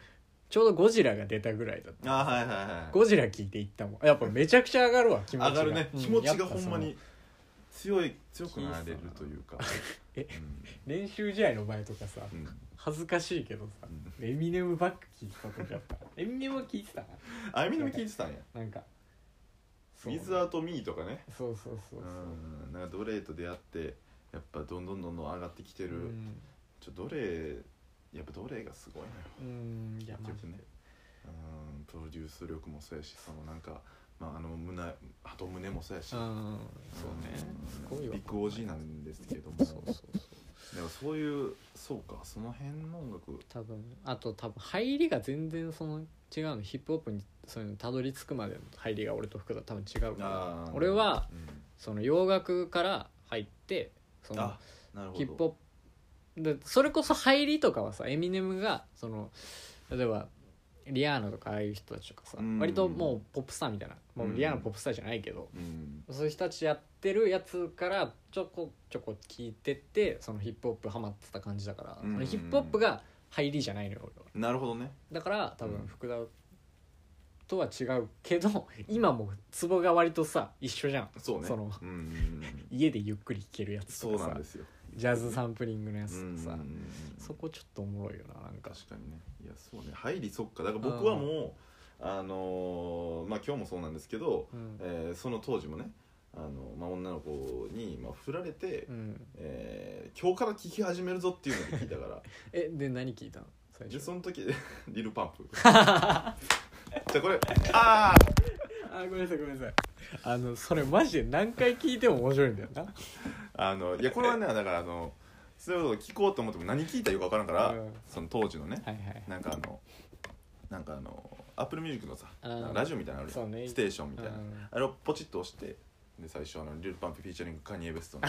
Speaker 2: ちょうどゴジラが出たぐらいだった
Speaker 1: あはいはいはい
Speaker 2: ゴジラ聞いていったもんやっぱめちゃくちゃ上がるわ気持ちが
Speaker 1: 上がるね
Speaker 2: うん
Speaker 1: 気持ち
Speaker 2: や
Speaker 1: が
Speaker 2: っぱ
Speaker 1: ほ
Speaker 2: そ
Speaker 1: ん
Speaker 2: の
Speaker 1: まに強い強くなれるというか
Speaker 2: え
Speaker 1: うん
Speaker 2: 練習試合の前とかさ
Speaker 1: うん
Speaker 2: 恥ずかしいけどさ
Speaker 1: うん
Speaker 2: エミネムバック聞いてた時あったエミネムは聞いてたな
Speaker 1: あエミネム聴いてたんや
Speaker 2: なんか
Speaker 1: 「
Speaker 2: そう
Speaker 1: With Out Me」とかね
Speaker 2: そうそうそううそう、
Speaker 1: んなんかドレイと出会ってやっぱどんどんどんどん上がってきて
Speaker 2: う
Speaker 1: る
Speaker 2: ん
Speaker 1: ちちょどれやっぱどれがすごいのよ
Speaker 2: うんいやマ
Speaker 1: 結
Speaker 2: ジ
Speaker 1: 局
Speaker 2: で
Speaker 1: ねうんプロデュース力もそうやしそのなんか、まあ、あの胸鳩胸もそうやし、
Speaker 2: うんそ
Speaker 1: ん
Speaker 2: うねすごいわ
Speaker 1: ビッグオージーなんですけども
Speaker 2: そうそうそう
Speaker 1: でもそういうそうかその辺の音楽
Speaker 2: 多分あと多分入りが全然その違うのヒップホップにそういうのたどり着くまでの入りが俺と福田多分違うから俺は、その洋楽から入ってそ
Speaker 1: うん
Speaker 2: の
Speaker 1: あなるほど
Speaker 2: ヒップホップでそれこそ入りとかはさエミネムがその例えばリアーナとかああいう人たちとかさ
Speaker 1: うん
Speaker 2: 割ともうポップスターみたいなも
Speaker 1: う
Speaker 2: うんリアーナポップスターじゃないけど
Speaker 1: うん
Speaker 2: そういう人たちやってるやつからちょこちょこ聞いてってそのヒップホップハマってた感じだから
Speaker 1: うん
Speaker 2: そのヒップホップが入りじゃないのよ俺は
Speaker 1: なるほどね
Speaker 2: だから多
Speaker 1: う
Speaker 2: 分
Speaker 1: ん
Speaker 2: 福田とは違うけど 今もツボが割とさ一緒じゃん
Speaker 1: そうね
Speaker 2: その
Speaker 1: うんうんうん
Speaker 2: 家でゆっくり聴けるやつ
Speaker 1: そ
Speaker 2: と
Speaker 1: う
Speaker 2: か
Speaker 1: な
Speaker 2: さ
Speaker 1: んですよ
Speaker 2: ジャズサンプリングのやつとかさ、
Speaker 1: うんうんうん
Speaker 2: そこちょっとおもろいよななんか
Speaker 1: 確かにねいやそうね入りそっかだから僕はもうあのーまあ今日もそうなんですけど、
Speaker 2: うん
Speaker 1: えーその当時もねあの、まあ、女の子に、まあ、振られて、
Speaker 2: うん
Speaker 1: えー今日から聴き始めるぞっていうのを聞いたから
Speaker 2: えで何聞いたの 最
Speaker 1: で
Speaker 2: 初
Speaker 1: その時 リルパ ンプじゃあこれああ
Speaker 2: あごめんなさいごめんなさい あのそれマジで何回聞いても面白いんだよな
Speaker 1: あのいやこれはねだからあのそういうことを聞こうと思っても何聞いたらよく分からんから、
Speaker 2: うん
Speaker 1: その当時のね
Speaker 2: はいはい
Speaker 1: なんかあのなんかあのアップルミュージックのさ
Speaker 2: あー
Speaker 1: なんかラジオみたいなのあるじゃ
Speaker 2: そ
Speaker 1: ん、
Speaker 2: うね
Speaker 1: ステーションみたいな、
Speaker 2: うん
Speaker 1: あれをポチッと押してで最初あのリルパンプフィーチャリングカニエ・ベス トの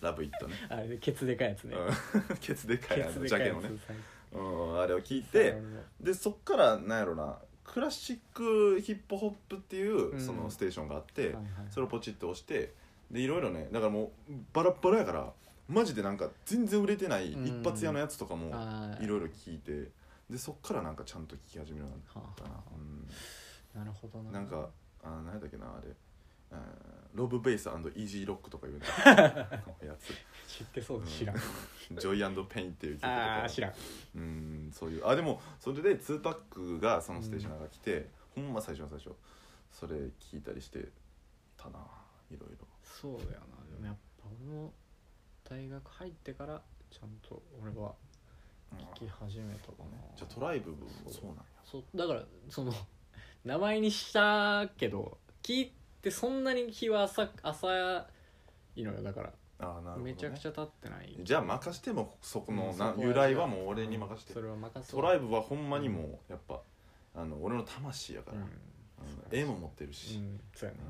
Speaker 1: ラブ・イットね
Speaker 2: あれでケツでかいやつね
Speaker 1: うんケツでかいあの
Speaker 2: ケ
Speaker 1: ジ
Speaker 2: ツ
Speaker 1: ャ
Speaker 2: で
Speaker 1: ケ
Speaker 2: かい
Speaker 1: の
Speaker 2: や
Speaker 1: ね
Speaker 2: つ、最
Speaker 1: うん、あれを聞い
Speaker 2: 初
Speaker 1: てでそっからなんやろなクラシックヒップホップっていう、
Speaker 2: うん
Speaker 1: そのステーションがあって、
Speaker 2: はいはい
Speaker 1: それをポチッと押してでいろいろねだからもうバラッバラやからマジでなんか全然売れてない
Speaker 2: うん
Speaker 1: 一発屋のやつとかも
Speaker 2: あー
Speaker 1: いろいろ聞いてでそっからなんかちゃんと聞き始めるようになったな
Speaker 2: はなるほど
Speaker 1: う
Speaker 2: なん
Speaker 1: なんかあー何やったっけなあれあーロブベースイージーロックとかいうの やつ
Speaker 2: 知ってそうで知らん、
Speaker 1: うジョイペインっていう曲と
Speaker 2: あ
Speaker 1: か
Speaker 2: あ知らん
Speaker 1: うんそういうあでもそれで2パックがそのステーションが来て、ほんま最初の最初それ聞いたりしてたないろいろ
Speaker 2: そうだよなでもやっぱ俺も大学入ってからちゃんと俺は
Speaker 1: うん
Speaker 2: 聞き始めたかな
Speaker 1: じゃあトライブも
Speaker 2: そう
Speaker 1: そうなんや
Speaker 2: そうだからその 名前にしたけど聞いてそんなに日は浅浅いのよだから、
Speaker 1: ああなるほど、ね、
Speaker 2: めちゃくちゃ経ってない
Speaker 1: じゃあ任してもそこの、
Speaker 2: うん
Speaker 1: な
Speaker 2: そこは
Speaker 1: 由来はもう俺に任せて
Speaker 2: それは任せ
Speaker 1: トライブはほんまにもうやっぱあの俺の魂やか
Speaker 2: う
Speaker 1: ら、
Speaker 2: ん
Speaker 1: うん、絵も持ってるし、
Speaker 2: う
Speaker 1: うん
Speaker 2: んそうやね、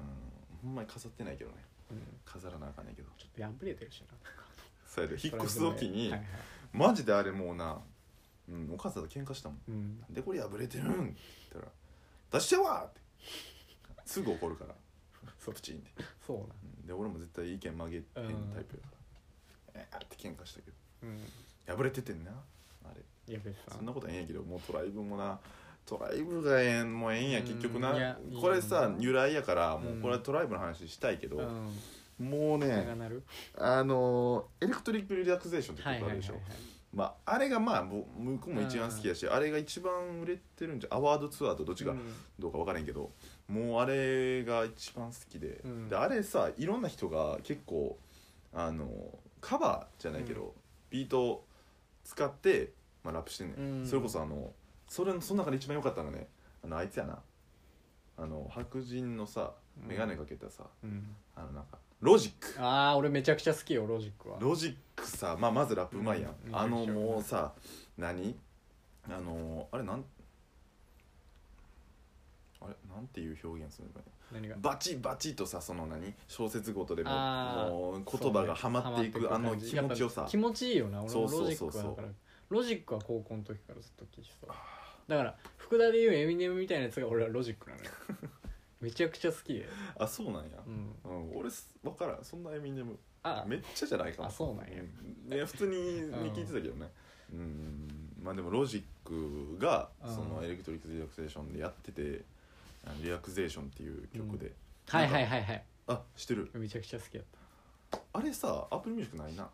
Speaker 1: ほんまに飾ってないけどね
Speaker 2: うん、
Speaker 1: 飾らなあかんねんけど
Speaker 2: ちょっと破れてるしな
Speaker 1: それで引っ越す時に、
Speaker 2: はいはい
Speaker 1: マジであれもうな、うん、お母さんと喧嘩したもん
Speaker 2: うん
Speaker 1: 「なんでこれ破れてるん?」って言ったら「出してわ!」ってすぐ怒るからそプチンって
Speaker 2: そうな
Speaker 1: うんで俺も絶対意見曲げへんタイプやから、えーって喧嘩したけ
Speaker 2: うん
Speaker 1: ど破れててんなあれ
Speaker 2: いや別にさ
Speaker 1: そんなことええんやけどもうトライブもなトライブがええんもうええんや
Speaker 2: うん
Speaker 1: 結局
Speaker 2: い
Speaker 1: な
Speaker 2: やいいよ
Speaker 1: これさ由来やからもううんこれはトライブの話したいけど、
Speaker 2: うん
Speaker 1: もう
Speaker 2: 長
Speaker 1: ね
Speaker 2: なる
Speaker 1: あのーエレクトリック・リラクゼーションって
Speaker 2: はい
Speaker 1: 曲
Speaker 2: は
Speaker 1: あ
Speaker 2: い
Speaker 1: る
Speaker 2: はいはい
Speaker 1: でしょ、まああれがまあぼ向こうも一番好きやしあれが一番売れてるんじゃアワードツアーとどっちが
Speaker 2: うん
Speaker 1: どうか分からへんけど、もうあれが一番好きで,、
Speaker 2: うん
Speaker 1: であれさいろんな人が結構あのカバーじゃないけど、ビートを使って、まあ、ラップしてんね、、
Speaker 2: うんん
Speaker 1: それこそあのそれその中で一番良かったのはねあのあいつやなあの白人のさ
Speaker 2: うん
Speaker 1: 眼鏡かけたさ、
Speaker 2: うん
Speaker 1: あのなんかロジック
Speaker 2: ああ俺めちゃくちゃ好きよロジックは
Speaker 1: ロジックさ、まあ、まずラップうまいやん、
Speaker 2: うん
Speaker 1: あの
Speaker 2: めちゃくちゃうまい
Speaker 1: もうさ何あのあれなんあれなんていう表現するのかね
Speaker 2: 何が
Speaker 1: バチバチとさその何小説ごとでも
Speaker 2: あー
Speaker 1: もう言葉がはまっていく
Speaker 2: そうね
Speaker 1: あ
Speaker 2: はま
Speaker 1: の
Speaker 2: ってい
Speaker 1: 気
Speaker 2: く
Speaker 1: 持ちよ
Speaker 2: や
Speaker 1: さ
Speaker 2: っぱ気持ちいいよな俺も
Speaker 1: そう
Speaker 2: ロ
Speaker 1: そう
Speaker 2: ジ
Speaker 1: そ
Speaker 2: ッ
Speaker 1: う
Speaker 2: ク
Speaker 1: そう
Speaker 2: はだからロジックは高校の時からずっと聴いてただから福田でいうエミネムみたいなやつが俺はロジックなの よめちゃくちゃ好きで、
Speaker 1: あそうなんや、
Speaker 2: うん、
Speaker 1: うん俺す分からんそんなエミネム
Speaker 2: あ
Speaker 1: めっちゃじゃないかも
Speaker 2: あそうなんや
Speaker 1: んいや普通にに聞いてたけどねうんまあでもロジックが
Speaker 2: うん
Speaker 1: そのエレクトリック・リラクゼーションでやってて「あのリラクゼーション」っていう曲で、
Speaker 2: はいはいはいはい
Speaker 1: あ知ってる
Speaker 2: めちゃくちゃ好きだった
Speaker 1: あれさアップルミュージックないな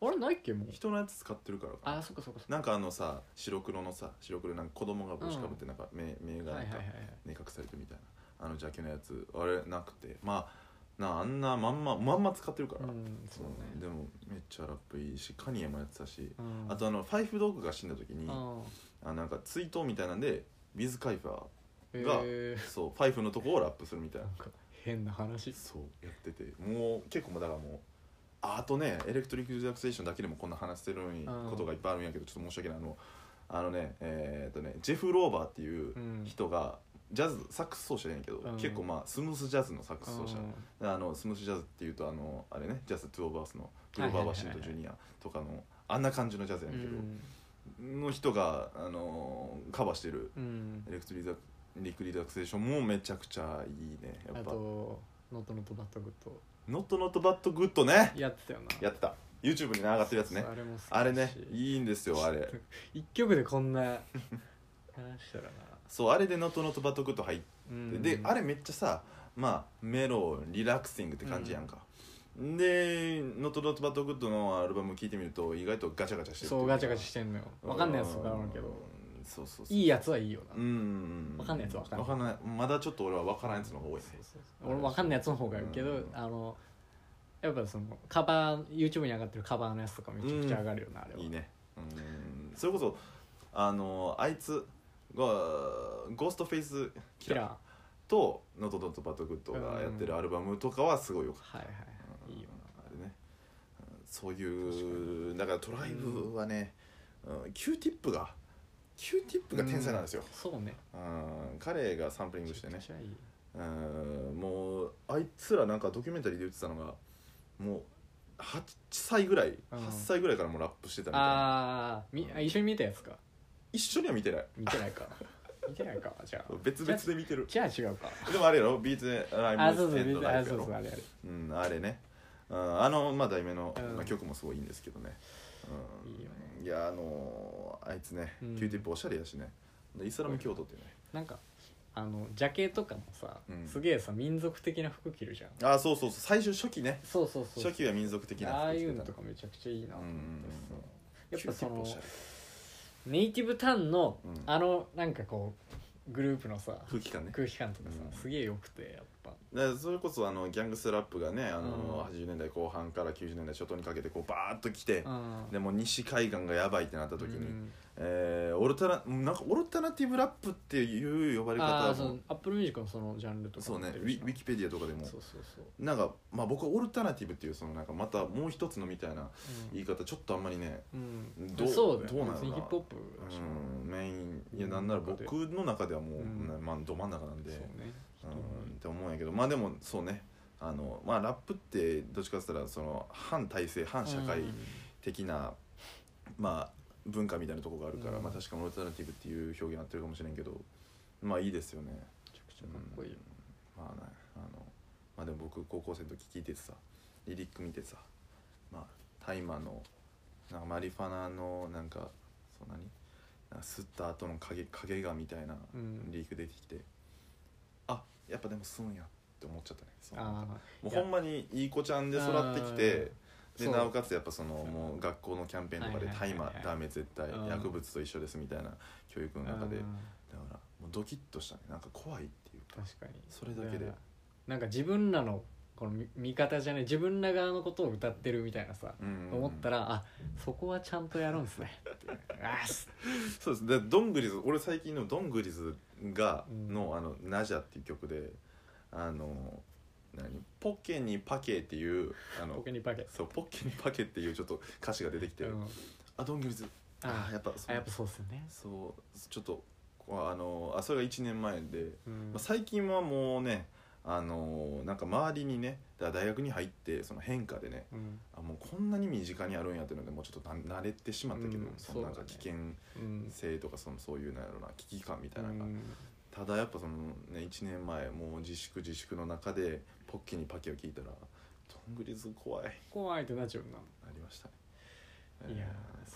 Speaker 2: あれないっけもう
Speaker 1: 人のやつ使ってるからか
Speaker 2: あ
Speaker 1: な
Speaker 2: ーそっかそっかそっか
Speaker 1: なんかあのさ白黒のさ白黒なんか子供が帽子かぶってなんか目,、目が
Speaker 2: は
Speaker 1: ないん
Speaker 2: は
Speaker 1: か
Speaker 2: いはいはい
Speaker 1: 目隠されてみたいなあの邪気のやつあれなくてまあなあんなまんままんま使ってるから、
Speaker 2: うんそう
Speaker 1: うん
Speaker 2: ね
Speaker 1: でもめっちゃラップいいしカニエもやってたし、
Speaker 2: うん
Speaker 1: あとあのファイフドッグが死んだ時に、
Speaker 2: うん
Speaker 1: あなんか追悼みたいなんでビズカイファ
Speaker 2: え
Speaker 1: が
Speaker 2: ー
Speaker 1: ーそうファイフのとこをラップするみたいな
Speaker 2: なんか変な話
Speaker 1: そうやっててもう結構もうだからもうああとねエレクトリック・リザクセーションだけでもこんな話してるのに
Speaker 2: うん
Speaker 1: ことがいっぱいあるんやけどちょっと申し訳ないあのあのねえーっとねジェフ・ローバーっていう
Speaker 2: うん
Speaker 1: 人がジャズサックス奏者やねんけど、
Speaker 2: うん
Speaker 1: 結構まあスムースジャズのサックス奏者、
Speaker 2: うん
Speaker 1: あのスムースジャズっていうとあのあれねジャズ・トゥ・オーバースのグローバー・ワシントン・ジュニアとかのあんな感じのジャズやねんけど、の人が、あのーカバーしてる
Speaker 2: うんうん
Speaker 1: エレクトリザリクリダクセーションもめちゃくちゃいいねや
Speaker 2: あ
Speaker 1: っぱ
Speaker 2: とノットノットバットグッド
Speaker 1: ノットノットバットグッドね
Speaker 2: やってたよな
Speaker 1: やってた YouTube にね上がってるやつね
Speaker 2: そうあれも好きだし
Speaker 1: あれねいいんですよあれ
Speaker 2: 一曲でこん な話したらな
Speaker 1: そうあれでノットノットバットグッド入って、
Speaker 2: うん
Speaker 1: であれめっちゃさまあメロリラクシングって感じやんか、でノットノットバットグッドのアルバム聴いてみると意外とガチャガチャしてるってい
Speaker 2: そうう
Speaker 1: か
Speaker 2: ガチャガチャしてんのよわかんないやつとかあるけど
Speaker 1: うんそうそうそう
Speaker 2: いいやつはいいよ
Speaker 1: う
Speaker 2: なんわかんないやつわかんない
Speaker 1: わかんないまだちょっと俺はわからんやつの方が多いね
Speaker 2: 俺わかんないやつの方がいいけど
Speaker 1: うん
Speaker 2: あのやっぱそのカバー YouTube に上がってるカバーのやつとかめちゃくちゃ上がるよなあれはい
Speaker 1: いねうんそれこそあのあいつがゴーストフェイスキ
Speaker 2: キラー
Speaker 1: ラーと「ノトノトバトグッド」がやってるアルバムとかはすごいよかっ
Speaker 2: はいはい
Speaker 1: た
Speaker 2: いいよ
Speaker 1: あれねうんそういうだからトライブはね、うん、キューティップがキューティップ
Speaker 2: な
Speaker 1: が天才なんですよ
Speaker 2: う、そうね
Speaker 1: うん、彼がサンプリングして
Speaker 2: め
Speaker 1: ね
Speaker 2: っちゃいい
Speaker 1: うんもうあいつらなんかドキュメンタリーで言ってたのがもう8歳ぐらい、
Speaker 2: うん
Speaker 1: 8歳ぐらいからもうラップしてたみたいな
Speaker 2: あーみあ一緒に見たやつか
Speaker 1: 一緒には見てない
Speaker 2: 見てない か見てないかじゃあ
Speaker 1: 別々で見て る
Speaker 2: じゃあ違うか
Speaker 1: でもあれやろビーツライ
Speaker 2: あ
Speaker 1: ム
Speaker 2: そうそう
Speaker 1: エンドラ
Speaker 2: あ
Speaker 1: イフ
Speaker 2: そ
Speaker 1: や
Speaker 2: うそう
Speaker 1: ろ
Speaker 2: あれあれ
Speaker 1: うんあれねうんあのまあ題名の、
Speaker 2: うん
Speaker 1: まあ、曲もすごいいいんですけどね、うん、
Speaker 2: いいよね
Speaker 1: いやあのーあいつね、
Speaker 2: うん
Speaker 1: キューティップおしゃれやしねでイスラム教徒っていうね
Speaker 2: なんかあのジャケとかもさ、
Speaker 1: うん
Speaker 2: すげえさ民族的な服着るじゃん
Speaker 1: あそうそうそう最初初期ね
Speaker 2: そうそうそう
Speaker 1: 初期は民族的な
Speaker 2: ああい
Speaker 1: 着て
Speaker 2: う
Speaker 1: た
Speaker 2: のとかめちゃくちゃいいなと思ってさ
Speaker 1: うんうんうん
Speaker 2: やっ
Speaker 1: キュー
Speaker 2: ぱそ
Speaker 1: ティップお
Speaker 2: の
Speaker 1: しゃれ
Speaker 2: ネイティブタンの、
Speaker 1: うん
Speaker 2: あのなんかこうグループのさ
Speaker 1: 空気感ね
Speaker 2: 空気感とかさ、
Speaker 1: うん
Speaker 2: すげえよくてやっぱ
Speaker 1: だからそれこそあのギャングスラップがねあの、
Speaker 2: う
Speaker 1: 80年代後半から90年代初頭にかけてこうバーッと来て、
Speaker 2: うん
Speaker 1: でもう西海岸がやばいってなった時に、
Speaker 2: うん
Speaker 1: えーオルタナなんかオルタナティブラップっていう呼ばれ
Speaker 2: あ
Speaker 1: 方
Speaker 2: あそ
Speaker 1: も
Speaker 2: うアップルミュージックのそのジャンルとか
Speaker 1: そうねウ
Speaker 2: 載ってるし
Speaker 1: ィ
Speaker 2: な
Speaker 1: ウィキペディアとかでも
Speaker 2: そうそうそう、
Speaker 1: なんか、まあ、僕はオルタナティブっていうそのなんかまたもう一つのみたいな
Speaker 2: うん
Speaker 1: 言い方ちょっとあんまりね
Speaker 2: うん
Speaker 1: どう
Speaker 2: そうだ
Speaker 1: どう
Speaker 2: よ
Speaker 1: なのかな
Speaker 2: 別にヒップホップだし
Speaker 1: うんメインいやなんなら僕の中ではもう、
Speaker 2: うん
Speaker 1: まあ、ど真ん中なんで。
Speaker 2: そうね
Speaker 1: うんって思うんやけどまあでもそうねあのまあラップってどっちかって言ったらその反体制反社会
Speaker 2: うん
Speaker 1: 的な、まあ文化みたいなとこがあるから、
Speaker 2: うん
Speaker 1: まあ確かにオルタナティブっていう表現になってるかもしれんけどまあいいですよね
Speaker 2: めちゃくちゃかっこいいよ、
Speaker 1: うんまあねあのまあでも僕高校生の時聞いててさリリック見てさまあ大麻のなんかマリファナのなんかそんなになんか吸った後の影影がみたいな
Speaker 2: うん
Speaker 1: リリック出てきて、あやっぱでも吸うんやって思っちゃったねその
Speaker 2: あ
Speaker 1: もうほんまにいい子ちゃんで育ってきて
Speaker 2: うん
Speaker 1: で
Speaker 2: そう
Speaker 1: なおかつやっぱその
Speaker 2: そう
Speaker 1: もう学校のキャンペーンとかで「
Speaker 2: はいはい
Speaker 1: 大
Speaker 2: はいは
Speaker 1: 麻
Speaker 2: い
Speaker 1: ダメ絶対
Speaker 2: うん
Speaker 1: 薬物と一緒です」みたいな教育
Speaker 2: あ
Speaker 1: の中で
Speaker 2: う
Speaker 1: だか
Speaker 2: ん
Speaker 1: らもうドキッとしたねなんか怖いっていうか
Speaker 2: 確かに
Speaker 1: それだけで
Speaker 2: からなんか自分らのこの見見方じゃない自分ら側のことを歌ってるみたいなさ、思
Speaker 1: 思
Speaker 2: ったらあそこはちゃんとやるんですねっていうあーす
Speaker 1: そうですでドングリズ俺最近のドングリズが
Speaker 2: うん
Speaker 1: の「あのナジャ」っていう曲であの何ポケにパケっていうあ
Speaker 2: ポ
Speaker 1: の
Speaker 2: ケにパケ
Speaker 1: そうポケにパケっていうちょっと歌詞が出てきて
Speaker 2: うん
Speaker 1: あドングリズあ
Speaker 2: あ
Speaker 1: ーやっぱそ
Speaker 2: あ
Speaker 1: う
Speaker 2: やっぱそうっすよね、
Speaker 1: そうちょっとこうあのあそれが1年前で、
Speaker 2: うん
Speaker 1: まあ、最近はもうねあのなんか周りにねだから大学に入ってその変化でね
Speaker 2: うん
Speaker 1: あもうこんなに身近にあるんやっていうのでもうちょっとな慣れてしまったけど、
Speaker 2: うん
Speaker 1: そのなんか
Speaker 2: そうだ
Speaker 1: 危
Speaker 2: ね
Speaker 1: 険
Speaker 2: うん
Speaker 1: 性とかそのそういうなんやろな危機感みた
Speaker 2: う
Speaker 1: いなのが、
Speaker 2: ん
Speaker 1: ただやっぱそのね1年前もう自粛自粛の中でポッキーにパケを聞いたらどんぐりず怖い
Speaker 2: 怖いってなっちゃうな、
Speaker 1: なりましたね、
Speaker 2: いやー
Speaker 1: え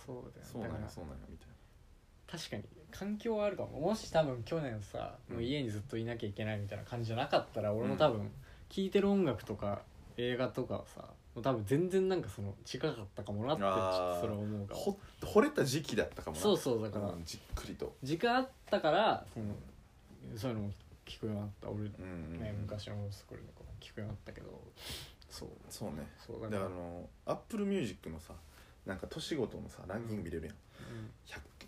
Speaker 2: そうだ
Speaker 1: ー
Speaker 2: よ
Speaker 1: そうなん
Speaker 2: だ
Speaker 1: や
Speaker 2: から
Speaker 1: そうなんやみたいな
Speaker 2: 確かに環境はあるかももし多分去年さ、
Speaker 1: うん
Speaker 2: もう家にずっといなきゃいけないみたいな感じじゃなかったら俺も多分聴いてる音楽とか映画とかさもう多分全然なんかその近かったかもなってちょっとそれは思うかも
Speaker 1: ほ惚れた時期だったかもな
Speaker 2: そうそうだから、
Speaker 1: うんじっくりと、
Speaker 2: 時間あったからそのそういうのも聞くようになった俺
Speaker 1: うんうん
Speaker 2: ね昔のオールスクールの頃聞くようになったけどそう
Speaker 1: そうね
Speaker 2: そうだ
Speaker 1: だ
Speaker 2: か
Speaker 1: かららあのアップルミュージックのさなんか年ごとのさランキング見れるやん
Speaker 2: うん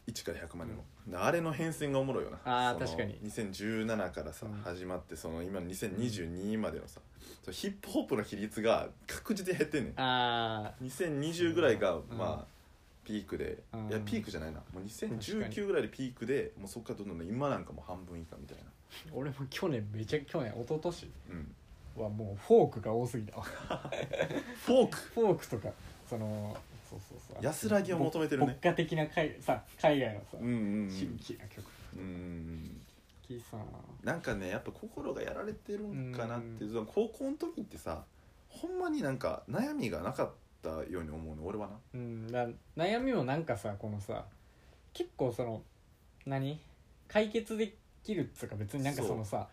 Speaker 1: 101から100までの、であれの変遷がおもろいよな
Speaker 2: あー
Speaker 1: その
Speaker 2: 確かに
Speaker 1: 2017からさ、
Speaker 2: うん
Speaker 1: 始まってその今の2022までのさそのヒップホップの比率が確実に減ってんねん
Speaker 2: あ
Speaker 1: 2020ぐらいが、
Speaker 2: ん
Speaker 1: まあピークで、
Speaker 2: うん
Speaker 1: いやピークじゃないなもう
Speaker 2: 確か
Speaker 1: 2019ぐらいでピークでもうそっからどんどんどん今なんかもう半分以下みたいな
Speaker 2: ー俺も去年めちゃ去年一昨年
Speaker 1: うん
Speaker 2: はもうフォークが多すぎたわ
Speaker 1: フォーク
Speaker 2: フォークとかそのそうそうそう
Speaker 1: 安らぎを求めてるね
Speaker 2: ぼ牧歌的な海さ海外のさ、
Speaker 1: うん うん
Speaker 2: 新規な曲
Speaker 1: うんうん
Speaker 2: 聞いてたな
Speaker 1: なんかねやっぱ心がやられてるんかなって、
Speaker 2: う
Speaker 1: その高校の時ってさほんまになんか悩みがなかったように思うの俺はな
Speaker 2: うんだ悩みもなんかさこのさ結構その何解決できるっつうか別になんか
Speaker 1: そう
Speaker 2: そのさ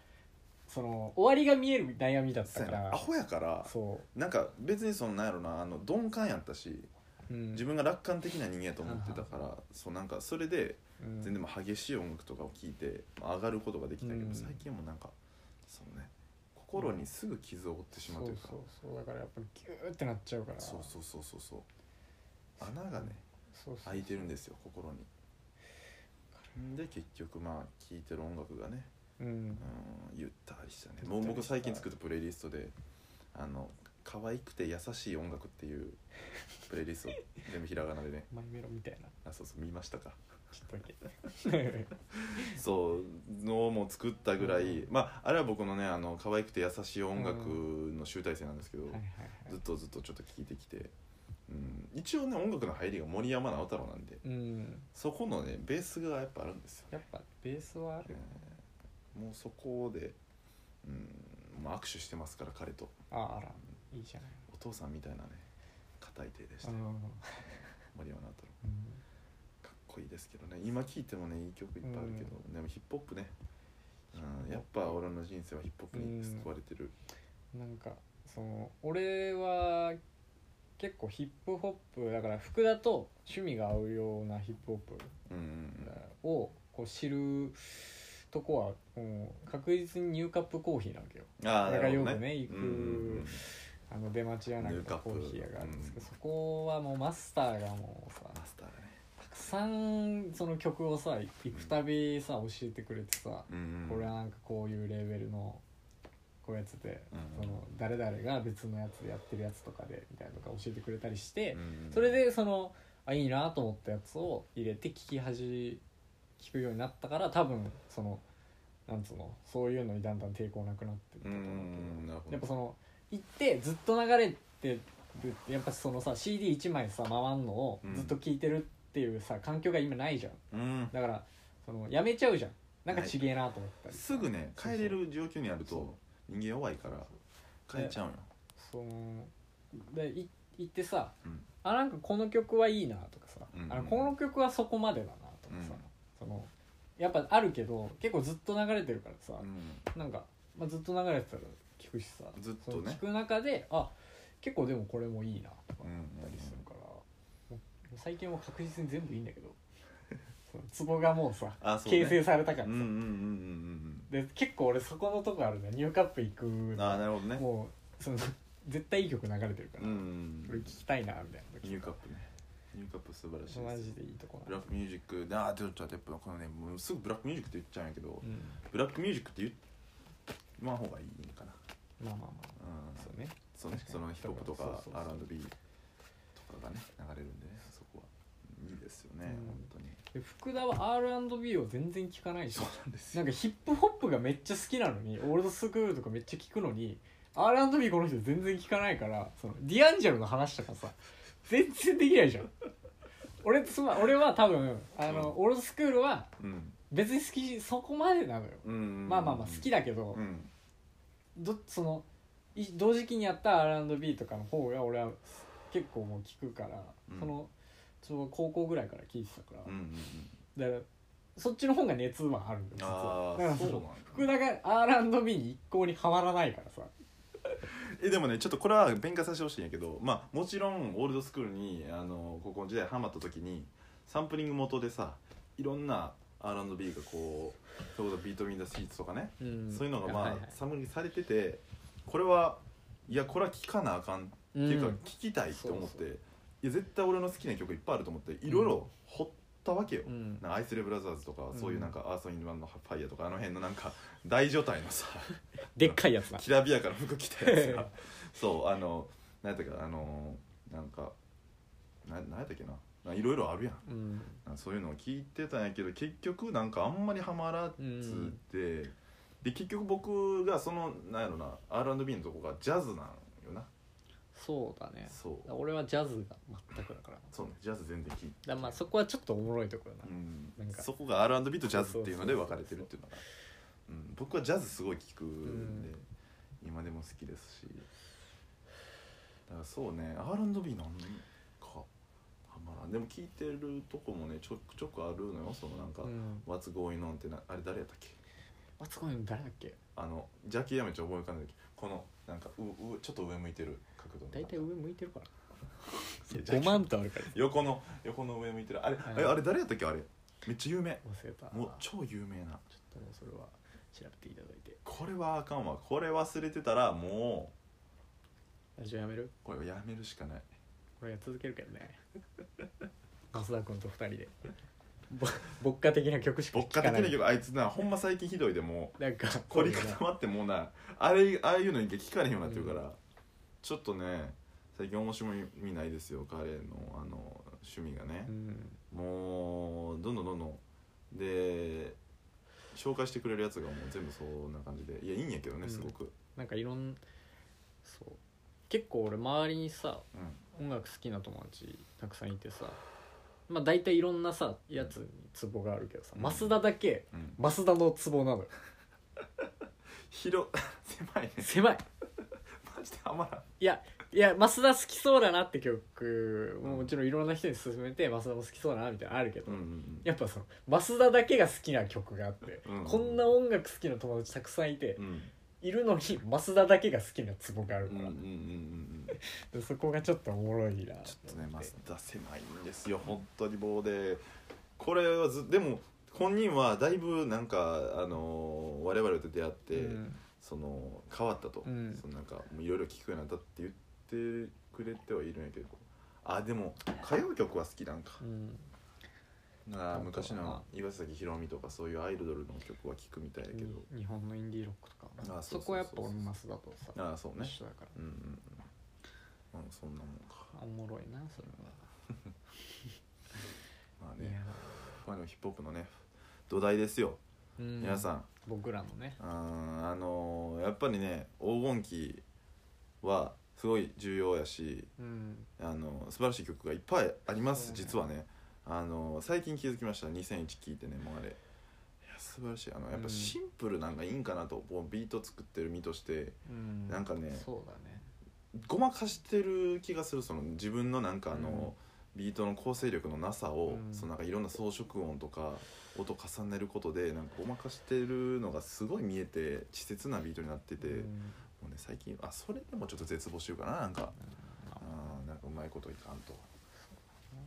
Speaker 2: その終わりが見える悩みだった
Speaker 1: そう
Speaker 2: か
Speaker 1: やなア
Speaker 2: ら
Speaker 1: ホやから
Speaker 2: そ
Speaker 1: なんか別にそのなんやろなあの鈍感やったし
Speaker 2: う、うん、
Speaker 1: 自分が楽観的な人間やと思ってたから、そうなんかそれで
Speaker 2: うん
Speaker 1: 全然まあ激しい音楽とかを聴いてまあ上がることができたけど、
Speaker 2: うん
Speaker 1: 最近はもうなんかそうね心にすぐ傷を負ってしまうというか、
Speaker 2: そうそうそうだからやっぱりギューってなっちゃうから
Speaker 1: そうそうそうそうそう穴がね
Speaker 2: そうそう
Speaker 1: 開いてるんですよ心にで結局まあ聴いてる音楽がね
Speaker 2: うん
Speaker 1: うんゆったりしたね
Speaker 2: ゆったりした
Speaker 1: もう僕最近作ったプレイリストであの可愛くて優しい音楽っていうプレイリストを全部ひらがなでね
Speaker 2: マイメロみたいな
Speaker 1: あそうそう見ましたか
Speaker 2: ちょ っ とだけ
Speaker 1: そうのも作ったぐらい、
Speaker 2: う
Speaker 1: まああれは僕のねあの可愛くて優しい音楽の集大成なんですけど、
Speaker 2: はいはい
Speaker 1: ず
Speaker 2: は
Speaker 1: っとずっとちょっと聴いてきて、うん、一応ね音楽の入りが森山直太朗なんで
Speaker 2: いうん
Speaker 1: そこのねベースがやっぱあるんですよ、
Speaker 2: やっぱベースはある
Speaker 1: うんもうそこで、うん、まあ握手してますから彼と。
Speaker 2: ああらいいじゃない
Speaker 1: お父さんみたいなね硬い手でした
Speaker 2: う
Speaker 1: よ
Speaker 2: ん
Speaker 1: 森山直太郎かっこいいですけどね今聴いてもねいい曲いっぱいあるけど、でもヒップホップね、うん、やっぱ俺の人生はヒップホップに救われてる、
Speaker 2: なんかその俺は結構ヒップホップだから福田と趣味が合うようなヒップホップ
Speaker 1: うんうん
Speaker 2: をこう知るとこはもう確実にニューカップコーヒーなわけよ
Speaker 1: うん、ああ
Speaker 2: 俺
Speaker 1: な
Speaker 2: が
Speaker 1: る
Speaker 2: よ
Speaker 1: ほ
Speaker 2: く
Speaker 1: ど
Speaker 2: ね
Speaker 1: ね
Speaker 2: 行く
Speaker 1: うんうん
Speaker 2: あの出待ちやなん
Speaker 1: ニューカ
Speaker 2: か
Speaker 1: ップ
Speaker 2: コーヒー屋があるんですけど、そこはもうマスターがもうさ
Speaker 1: うんマスターだね
Speaker 2: たくさんその曲をさ行くたびさ教えてくれてさ、
Speaker 1: うん
Speaker 2: これはなんかこういうレベルのこういうやつで、
Speaker 1: うん
Speaker 2: その誰々が別のやつでやってるやつとかでみたいなのとか教えてくれたりして、
Speaker 1: うん
Speaker 2: それでそのあいいなと思ったやつを入れて聞き始聞くようになったから多分そのなんつうのそういうのにだんだん抵抗なくなってった
Speaker 1: う
Speaker 2: と
Speaker 1: んう
Speaker 2: 思
Speaker 1: ん
Speaker 2: う
Speaker 1: うんなるほど
Speaker 2: けどやっぱその行ってずっと流れてるってやっぱそのさ CD1 枚さ回んのをずっと聞いてるっていうさ環境が今ないじゃん
Speaker 1: うん
Speaker 2: だからそのやめちゃうじゃんなんかちげえなと思ったり
Speaker 1: すぐね帰れる状況にある
Speaker 2: そ
Speaker 1: と人間弱いから変えちゃうよ、
Speaker 2: そのでい行ってさ
Speaker 1: うん
Speaker 2: あなんかこの曲はいいなとかさ、
Speaker 1: うんうん
Speaker 2: あのこの曲はそこまでだなとかさ、そのやっぱあるけど結構ずっと流れてるからさ、
Speaker 1: う
Speaker 2: なんか、まあ、ずっと流れてたら聞くしさ
Speaker 1: ずっと
Speaker 2: その
Speaker 1: ね
Speaker 2: 聞く中であ結構でもこれもいいなとか
Speaker 1: んうん
Speaker 2: あったりするから、もう最近は確実に全部いいんだけどそのツボがもうさ
Speaker 1: あそうね
Speaker 2: 形成されたから
Speaker 1: う
Speaker 2: さ、
Speaker 1: んうんうんうん
Speaker 2: で結構俺そこのとこあるねニューカップ行く
Speaker 1: うん
Speaker 2: の
Speaker 1: ああなるほどね
Speaker 2: もうその 絶対いい曲流れてるか
Speaker 1: う
Speaker 2: ら、
Speaker 1: んうん
Speaker 2: こ
Speaker 1: う
Speaker 2: れ
Speaker 1: ん
Speaker 2: 聞きたいなみたいな時
Speaker 1: ニューカップねニューカップ素晴らしい
Speaker 2: マ
Speaker 1: です
Speaker 2: ジでいいとこ
Speaker 1: ブ
Speaker 2: な
Speaker 1: ラックミュージックでああちょっと待ってやっぱこのねもうすぐブラックミュージックって言っちゃうんやけど
Speaker 2: うん
Speaker 1: ブラックミュージックって言まあ方がいいんかな
Speaker 2: まあまあまあ
Speaker 1: うん
Speaker 2: そうね
Speaker 1: そうね
Speaker 2: 確か
Speaker 1: そ
Speaker 2: に
Speaker 1: のヒップホップと
Speaker 2: そう
Speaker 1: か
Speaker 2: そうそう
Speaker 1: R&B とかがね流れるんでねそこはうんいいですよね
Speaker 2: うん
Speaker 1: 本当に
Speaker 2: で福田は R&B を全然聞かないし
Speaker 1: そうなんです
Speaker 2: な
Speaker 1: よ
Speaker 2: んかヒップホップがめっちゃ好きなのにオールドスクールとかめっちゃ聞くのに R&B この人全然聞かないからそのディアンジェロの話とかさ全然できないじゃん俺つま俺は多分あの、
Speaker 1: うん
Speaker 2: オールドスクールは
Speaker 1: うん
Speaker 2: 別に好きそこまでなのよ、
Speaker 1: うん
Speaker 2: まあまあまあ好きだけど、
Speaker 1: うん
Speaker 2: どそのい同時期にやった R&B とかの方が俺は結構もう聞くから、
Speaker 1: うん
Speaker 2: そのその高校ぐらいから聞いてたから、
Speaker 1: うんうんうん
Speaker 2: だからそっちの方が熱はあるんだ
Speaker 1: あ
Speaker 2: よ実はだか
Speaker 1: あ
Speaker 2: ら
Speaker 1: そうなん
Speaker 2: の
Speaker 1: だ
Speaker 2: 福田が R&B に一向にハマらないからさ
Speaker 1: えでもねちょっとこれは勉強させてほしいんやけどまあもちろんオールドスクールにあの高校時代ハマった時にサンプリング元でさいろんな R&B がこうそれこそビート・ミン・ザ・シーツとかね、
Speaker 2: うん
Speaker 1: そういうのがまあ、
Speaker 2: はいはい
Speaker 1: サンプリングされててこれはいやこれは聴かなあかん
Speaker 2: て
Speaker 1: っていうか聴きたいって思っ
Speaker 2: そうそ
Speaker 1: ていや絶対俺の好きな曲いっぱいあると思っていろいろ掘ったわけよ、
Speaker 2: うん
Speaker 1: なんかアイスレブラザーズとか
Speaker 2: うん
Speaker 1: そういうなんかアーサー・イン・ワンのファイヤーとかあの辺のなんか大所帯のさ
Speaker 2: でっかいやつな
Speaker 1: きらびやかな服着たやつがそうあの何やったっけあのなんかな何やったっけななんかいろいろあるやん
Speaker 2: うん
Speaker 1: なんかそういうのを聞いてたんやけど結局なんかあんまりハマらずで、で結局僕がそのなんやろな R&B のとこがジャズなんよな
Speaker 2: そうだね
Speaker 1: そう
Speaker 2: 俺はジャズが全くだからだか
Speaker 1: そうねジャズ全然聞いて、
Speaker 2: らまあそこはちょっとおもろいところだ
Speaker 1: う
Speaker 2: なんなんか
Speaker 1: そこが R&B とジャズっていうので分かれてるっていうのが、うん、僕はジャズすごい聞くんで、今でも好きですしだからそうね R&B なんかハマらんでも聞いてるとこもねちょくちょくあるのよそのなんか、
Speaker 2: うん、
Speaker 1: What's going on ってなあれ誰やったっけ
Speaker 2: あつこの誰だっけ
Speaker 1: あのジャッキー・ヤメちゃん覚えかんないけどこのなんかううちょっと上向いてる角度の
Speaker 2: 大体上向いてるから
Speaker 1: いや ジャッ
Speaker 2: 5
Speaker 1: キー
Speaker 2: 万とあるから
Speaker 1: 横の横の上向いてるあれ、あれ
Speaker 2: はい
Speaker 1: あれ誰やったっけあれめっちゃ有名
Speaker 2: 忘れた
Speaker 1: もう超有名な
Speaker 2: ちょっともうそれは調べていただいて
Speaker 1: これはあかんわこれ忘れてたらも
Speaker 2: ラジオやめる
Speaker 1: うこれをやめるしかない
Speaker 2: 俺は続けるけど ね増田君と二人でぼ牧歌的な曲しか
Speaker 1: 僕
Speaker 2: 聴
Speaker 1: 家的
Speaker 2: かない
Speaker 1: な曲あいつなほんま最近ひどいでも
Speaker 2: なんか
Speaker 1: う凝り固まってもうなあれああいうのに聞かれへんようになってるから、
Speaker 2: うん
Speaker 1: ちょっとね最近面白みないですよ彼のあの趣味がね、
Speaker 2: うん
Speaker 1: もうどんどんどんどんで紹介してくれるやつがもう全部そんな感じでいやいいんやけどね
Speaker 2: うん
Speaker 1: すごく
Speaker 2: なんかいろんそう結構俺周りにさ
Speaker 1: うん、
Speaker 2: 音楽好きな友達たくさんいてさまあ大体いろんなさやつにツボがあるけどさ
Speaker 1: うん
Speaker 2: 増田だけ
Speaker 1: うん、
Speaker 2: 増田のツボ なのよ
Speaker 1: 広 狭いね
Speaker 2: 狭い
Speaker 1: マジであまらん
Speaker 2: いやいや増田好きそうだなって曲ももちろんいろんな人に勧めて増田も好きそうだなみたいなのあるけど、
Speaker 1: うんうん
Speaker 2: やっぱその増田だけが好きな曲があって、
Speaker 1: うん
Speaker 2: こんな音楽好きな友達たくさんいて、
Speaker 1: うんうん
Speaker 2: いるのに増田だけが好きなツボがある
Speaker 1: う
Speaker 2: か
Speaker 1: んうん
Speaker 2: ら、
Speaker 1: うんうん
Speaker 2: でそこがちょっとおもろいな
Speaker 1: ちょっとねマスダ狭いんですよ本当に棒でこれはずでも本人はだいぶなんかあのー我々と出会って、
Speaker 2: うん
Speaker 1: その変わったと、
Speaker 2: うん
Speaker 1: そのなんかもういろいろ聞くようになったって言ってくれてはいるんやけどあでも歌謡曲は好きなんか
Speaker 2: うん
Speaker 1: なあ
Speaker 2: 本当だ
Speaker 1: 昔
Speaker 2: な
Speaker 1: の岩崎宏美とかそういうアイドルの曲は聞くみたいだけど、
Speaker 2: 日本のインディーロックとか
Speaker 1: あそそうそうそ
Speaker 2: そう
Speaker 1: う
Speaker 2: こはやっぱ俺も増田とさ
Speaker 1: ああそうね
Speaker 2: 一緒だから
Speaker 1: うんうんうんまあそんなもんか
Speaker 2: おもろいなそれは、
Speaker 1: まあ
Speaker 2: いや
Speaker 1: ねまあでもヒップホップのね土台ですよ、
Speaker 2: ー、うん
Speaker 1: 皆さん
Speaker 2: 僕らのね
Speaker 1: あーあのーやっぱりね黄金期はすごい重要やし
Speaker 2: うん
Speaker 1: あの素晴らしい曲がいっぱいあります、
Speaker 2: そうね
Speaker 1: 実はねあの最近気づきました2001聴いてねもうあれいや素晴らしいあのやっ
Speaker 2: う
Speaker 1: ぱ
Speaker 2: ん
Speaker 1: シンプルなんかいいんかなと、もうビート作ってる身として
Speaker 2: うん
Speaker 1: なんかね
Speaker 2: そうだね
Speaker 1: ごまかしてる気がするその自分のなんかあの、ビートの構成力のなさを、
Speaker 2: うん
Speaker 1: そのなんかいろんな装飾音とか音重ねることでなんかごまかしてるのがすごい見えて稚拙なビートになってて、
Speaker 2: う
Speaker 1: も
Speaker 2: ん
Speaker 1: うね最近あそれでもちょっと絶望してるかななんか。
Speaker 2: あ
Speaker 1: あーなんかうまいこといかんと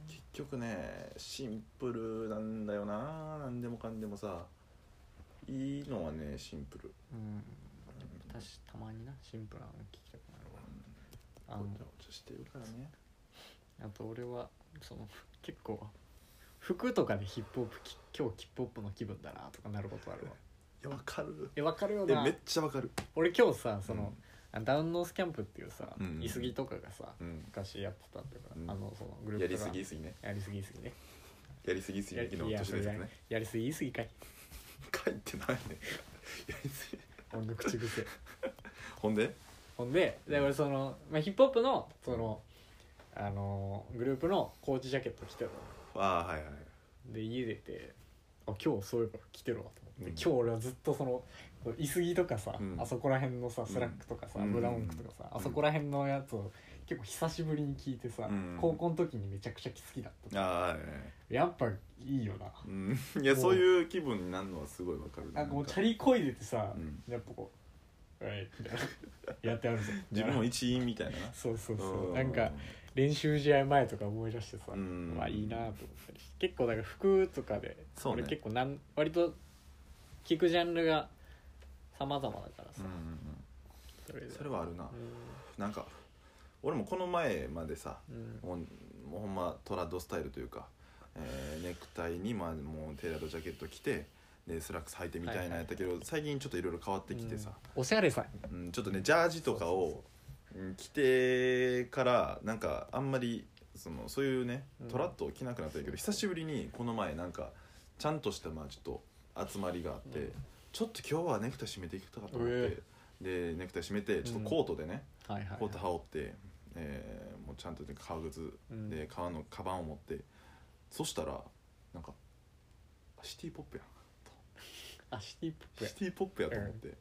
Speaker 1: 結局ねシンプルなんだよな何でもかんでもさいいのはねシンプル
Speaker 2: うん私たまになシンプルなの聞きたくなるわあ
Speaker 1: ご
Speaker 2: の
Speaker 1: ちゃごちゃしてるからね
Speaker 2: あと俺はその結構服とかでヒップホップき今日ヒップホップの気分だなとかなることあるわ
Speaker 1: いやわかる
Speaker 2: えわかるよ
Speaker 1: え
Speaker 2: な
Speaker 1: めっちゃわかる
Speaker 2: 俺今日さその、あダウンノースキャンプっていうさ、
Speaker 1: うんうん
Speaker 2: イスギとかがさ
Speaker 1: うん、
Speaker 2: 昔やってたっていうか、
Speaker 1: うん
Speaker 2: あのその
Speaker 1: う
Speaker 2: グル
Speaker 1: ん、
Speaker 2: ー
Speaker 1: や
Speaker 2: プ
Speaker 1: り
Speaker 2: が
Speaker 1: すぎすぎね
Speaker 2: やりすぎすぎね
Speaker 1: やりすぎすぎ
Speaker 2: やり
Speaker 1: の年です
Speaker 2: そ
Speaker 1: よ
Speaker 2: れやり
Speaker 1: ね
Speaker 2: やりすぎ言いすぎかい
Speaker 1: 書いてないね やりすぎ
Speaker 2: 俺の 口癖
Speaker 1: ほんで
Speaker 2: ほんでで俺その、まあ、ヒップホップのそのあのーグループのコーチジャケット着てる
Speaker 1: ああはいはい
Speaker 2: で家出てあ今日そういえば着てるわと思って、
Speaker 1: うん
Speaker 2: 今日俺はずっとそのいすぎとかさ、
Speaker 1: うん
Speaker 2: あそこら辺のさスラックとかさ、
Speaker 1: うん
Speaker 2: ブラウンクとかさ、
Speaker 1: うん
Speaker 2: あそこら辺のやつを結構久しぶりに聞いてさ、
Speaker 1: うん
Speaker 2: 高校の時にめちゃくちゃ好きだった
Speaker 1: ああはいはい
Speaker 2: やっぱいいよな
Speaker 1: うんいやそういう気分になるのはすごいわかる
Speaker 2: なんかもうチャリこいでてさ、
Speaker 1: うん
Speaker 2: やっぱこう「はい」みたいなやってあるぞ
Speaker 1: 自分も一員みたいな
Speaker 2: そうそう
Speaker 1: な
Speaker 2: そううなんか練習試合前とか思い出してさ、
Speaker 1: うん
Speaker 2: まあいいなと思ったりして結構だから服とかで
Speaker 1: そうね
Speaker 2: 俺結構なん割と聞くジャンルが様々だから
Speaker 1: う
Speaker 2: さ、
Speaker 1: んうんうん
Speaker 2: それで
Speaker 1: それはあるな
Speaker 2: う
Speaker 1: なんか俺もこの前までさ
Speaker 2: ん、うん
Speaker 1: もうもうほんまトラッドスタイルというか、えーネクタイに、まあ、もうテーラードジャケット着てでスラックス履いてみたいなやったけど、最近ちょっといろいろ変わってきてさ、
Speaker 2: うんおしゃれさん
Speaker 1: うんちょっとねジャージとかをうん着てからなんかあんまりそのそういうね
Speaker 2: うん
Speaker 1: トラッと着なくなったんやけど、久しぶりにこの前なんかちゃんとしたまあちょっと集まりがあって、
Speaker 2: うん
Speaker 1: ちょっと今日はネクタイ締めていくとかと思って、でネクタイ締めてちょっとコートでね、
Speaker 2: はいはい
Speaker 1: コート羽織って、えーもうちゃんとね革靴
Speaker 2: うん
Speaker 1: で革のカバンを持って、そしたらなんかシティポップやん
Speaker 2: あシティポップや
Speaker 1: シティポップやと思って、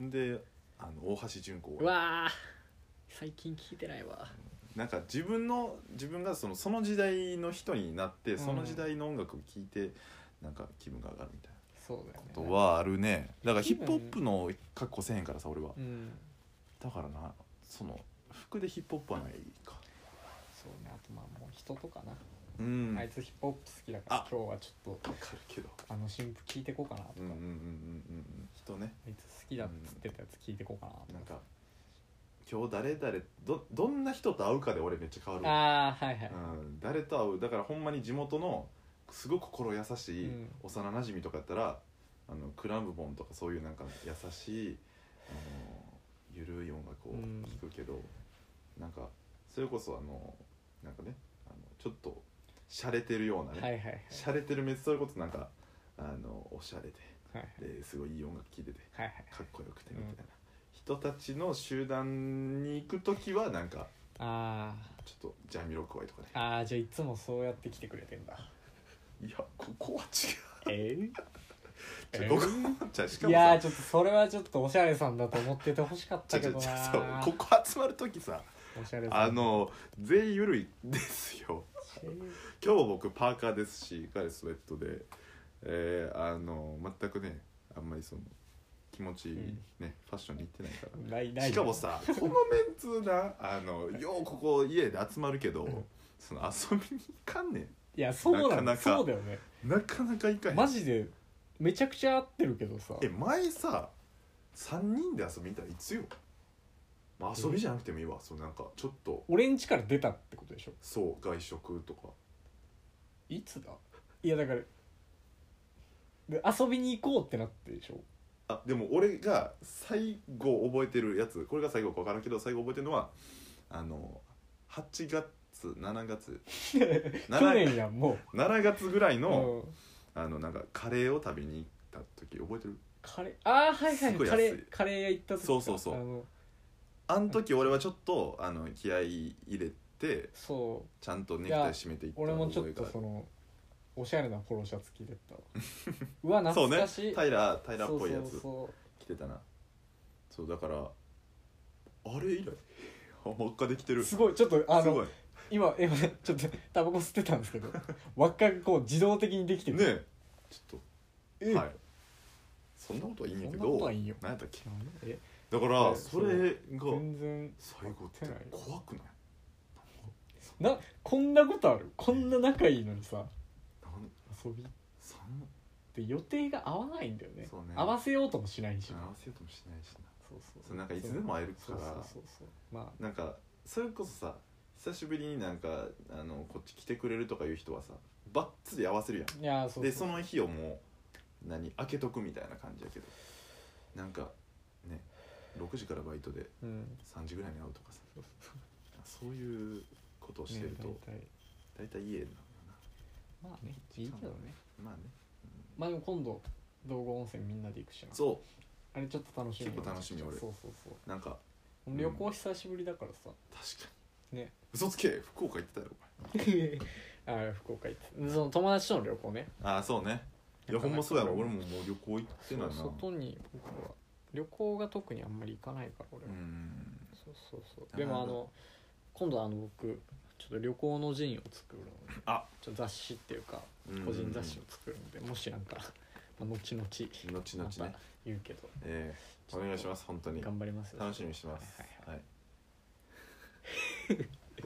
Speaker 1: であの大橋純子
Speaker 2: うわー最近聞いてないわ
Speaker 1: なんか自分の自分がそのその時代の人になってその時代の音楽を聴いて、なんか気分が上がるみたいな
Speaker 2: そうだよね
Speaker 1: ことはあるねだからヒップホップの格好せえへんからさ俺は
Speaker 2: うん
Speaker 1: だからなその服でヒップホップはないか
Speaker 2: そうねあとまあもう人とかな、
Speaker 1: うん
Speaker 2: あいつヒップホップ好きだから
Speaker 1: あ
Speaker 2: 今日はちょっと
Speaker 1: わかるけど
Speaker 2: あの新婦聞いてこうかなとか、
Speaker 1: うんうんうんうんうんうん人ね
Speaker 2: あいつ好きだっつってたやつ聞いてこうかなと
Speaker 1: なん
Speaker 2: か、
Speaker 1: か今日誰誰どどんな人と会うかで俺めっちゃ変わるわ
Speaker 2: ああはいはい、
Speaker 1: うん、誰と会うだからほんまに地元のすごく心優しい
Speaker 2: うん
Speaker 1: 幼なじみとかやったら、あのクラムボンとかそういうなんか優しい、あのゆるい音楽を
Speaker 2: うん
Speaker 1: 聴くけど、なんかそれこそあのなんかねあのちょっと洒落てるようなね、
Speaker 2: はいはいはい
Speaker 1: 洒落てるめっちゃそれこそなんかあのおしゃれ
Speaker 2: はい
Speaker 1: でですごいいい音楽聴いてて
Speaker 2: はいはい
Speaker 1: かっこよくてみたいな、人たちの集団に行く時はなんか
Speaker 2: あ
Speaker 1: ちょっとジャミロクワイとかね
Speaker 2: ーあーじゃあいつもそうやって来てくれてんだ
Speaker 1: いやここは違う
Speaker 2: えー
Speaker 1: じゃ
Speaker 2: え
Speaker 1: ここ
Speaker 2: ー
Speaker 1: じゃあしか
Speaker 2: い
Speaker 1: も
Speaker 2: や
Speaker 1: さ
Speaker 2: ーちょっとそれはちょっとおしゃれさんだと思っててほしかっ
Speaker 1: じ
Speaker 2: た
Speaker 1: ゃじ
Speaker 2: け
Speaker 1: ゃ
Speaker 2: どな
Speaker 1: じゃ
Speaker 2: ー
Speaker 1: さここ集まる時さ
Speaker 2: おしゃれさん
Speaker 1: あの全員ゆるいですよ
Speaker 2: えー
Speaker 1: 今日僕パーカーですし彼スウェットでえー、あの全くねあんまりその気持ちいい、ねファッションに行ってないから
Speaker 2: ないない
Speaker 1: しかもさこのメンツなあのようここ家で集まるけどその遊びに行かんね
Speaker 2: いやそうなんだ
Speaker 1: なかなか
Speaker 2: そうだよね
Speaker 1: んなかなか行かへん
Speaker 2: マジでめちゃくちゃ合ってるけどさ
Speaker 1: え前さ3人で遊びに行ったらいつよ、まあ、遊びじゃなくてもいいわそうなんかちょっと
Speaker 2: 俺ん家から出たってことでしょ
Speaker 1: そう外食とか
Speaker 2: いつだいやだからで遊びに行こうってなってでしょ
Speaker 1: あでも俺が最後覚えてるやつこれが最後か分からんけど最後覚えてるのはあの8月7月
Speaker 2: 去
Speaker 1: 7,
Speaker 2: 年やんも、
Speaker 1: 7月ぐらいうの,、
Speaker 2: うん
Speaker 1: あのなんかカレーを食べに行った時覚えてる
Speaker 2: カレーああはいは
Speaker 1: す
Speaker 2: い
Speaker 1: ごい
Speaker 2: カ
Speaker 1: 安い
Speaker 2: レーカレー屋行った時か
Speaker 1: そうそうそう
Speaker 2: あの
Speaker 1: あん時俺はちょっとあの気合い入れて
Speaker 2: そう
Speaker 1: ちゃんとネクタイ締めていった
Speaker 2: 俺もちょっ
Speaker 1: 覚え
Speaker 2: と
Speaker 1: が
Speaker 2: そのおしゃれなポロシャツ着 てったわうわ
Speaker 1: そう
Speaker 2: 懐
Speaker 1: ね
Speaker 2: かしい
Speaker 1: 平良平良っぽいや
Speaker 2: そう
Speaker 1: つ
Speaker 2: そう
Speaker 1: 着てたなそうだからあれ以来 あ真っ赤できて
Speaker 2: そ
Speaker 1: る
Speaker 2: うすごいちょっとあ
Speaker 1: す
Speaker 2: の
Speaker 1: ごい
Speaker 2: 今今ねちょっとタバコ吸ってたんです けど輪っかがこう自動的にできてる
Speaker 1: ねえちょっ
Speaker 2: え
Speaker 1: とはいそんなことはいいんや
Speaker 2: そ
Speaker 1: け
Speaker 2: んなこと
Speaker 1: ど
Speaker 2: は
Speaker 1: 何
Speaker 2: いいよ
Speaker 1: やったっけ
Speaker 2: え
Speaker 1: だから
Speaker 2: ね
Speaker 1: それが
Speaker 2: 全然
Speaker 1: 最後って
Speaker 2: 合ってない
Speaker 1: 怖くない
Speaker 2: なこんなことあるこんな仲いいのにさ
Speaker 1: なん
Speaker 2: 遊びっ
Speaker 1: そ
Speaker 2: て予定が合わないんだよね
Speaker 1: そうね
Speaker 2: 合わせようともしないし、
Speaker 1: んな合わせようともしないしな
Speaker 2: そうそう
Speaker 1: そうなんかいつでも会えるか
Speaker 2: そう
Speaker 1: ら
Speaker 2: そうそうそうま
Speaker 1: なんかそれこそさ久しぶりになんかあのこっち来てくれるとかいう人はさバッツリ合わせるやん
Speaker 2: あいやーそう
Speaker 1: でその日をもう何開けとくみたいな感じやけどなんかね6時からバイトで
Speaker 2: うん
Speaker 1: 3時ぐらいに会うと かさ
Speaker 2: そう
Speaker 1: そういうことをして
Speaker 2: ね
Speaker 1: ると
Speaker 2: 大体
Speaker 1: 大体家なんだ
Speaker 2: まあねいいけどね
Speaker 1: なまあね
Speaker 2: まあでも今度道後温泉みんなで行くしな
Speaker 1: そ
Speaker 2: あれちょっと楽しみ
Speaker 1: 結構楽しみ俺
Speaker 2: そうそうそう
Speaker 1: うなんか
Speaker 2: 俺旅行久しぶりだからさ、
Speaker 1: 確かに
Speaker 2: ね
Speaker 1: 嘘つけ福岡行ってたよお
Speaker 2: あー福岡行ってその友達との旅行ね
Speaker 1: 前ああそうねいやほんまそうやろ俺ももう旅行行ってないな
Speaker 2: そう外に僕は旅行が特にあんまり行かないから俺
Speaker 1: う
Speaker 2: は、
Speaker 1: ん
Speaker 2: そうそうそう
Speaker 1: なる
Speaker 2: で
Speaker 1: ほど
Speaker 2: もあの今度あの僕ちょっと旅行の陣を作るので
Speaker 1: あ
Speaker 2: ちょっと雑誌っていうか個人雑誌を作るのでもしなんか、まあ、後々
Speaker 1: 後
Speaker 2: ま
Speaker 1: 々
Speaker 2: た
Speaker 1: ね
Speaker 2: 言うけど
Speaker 1: ええお願いします本当に
Speaker 2: 頑張りますよ
Speaker 1: 楽しみにしてます
Speaker 2: はいはい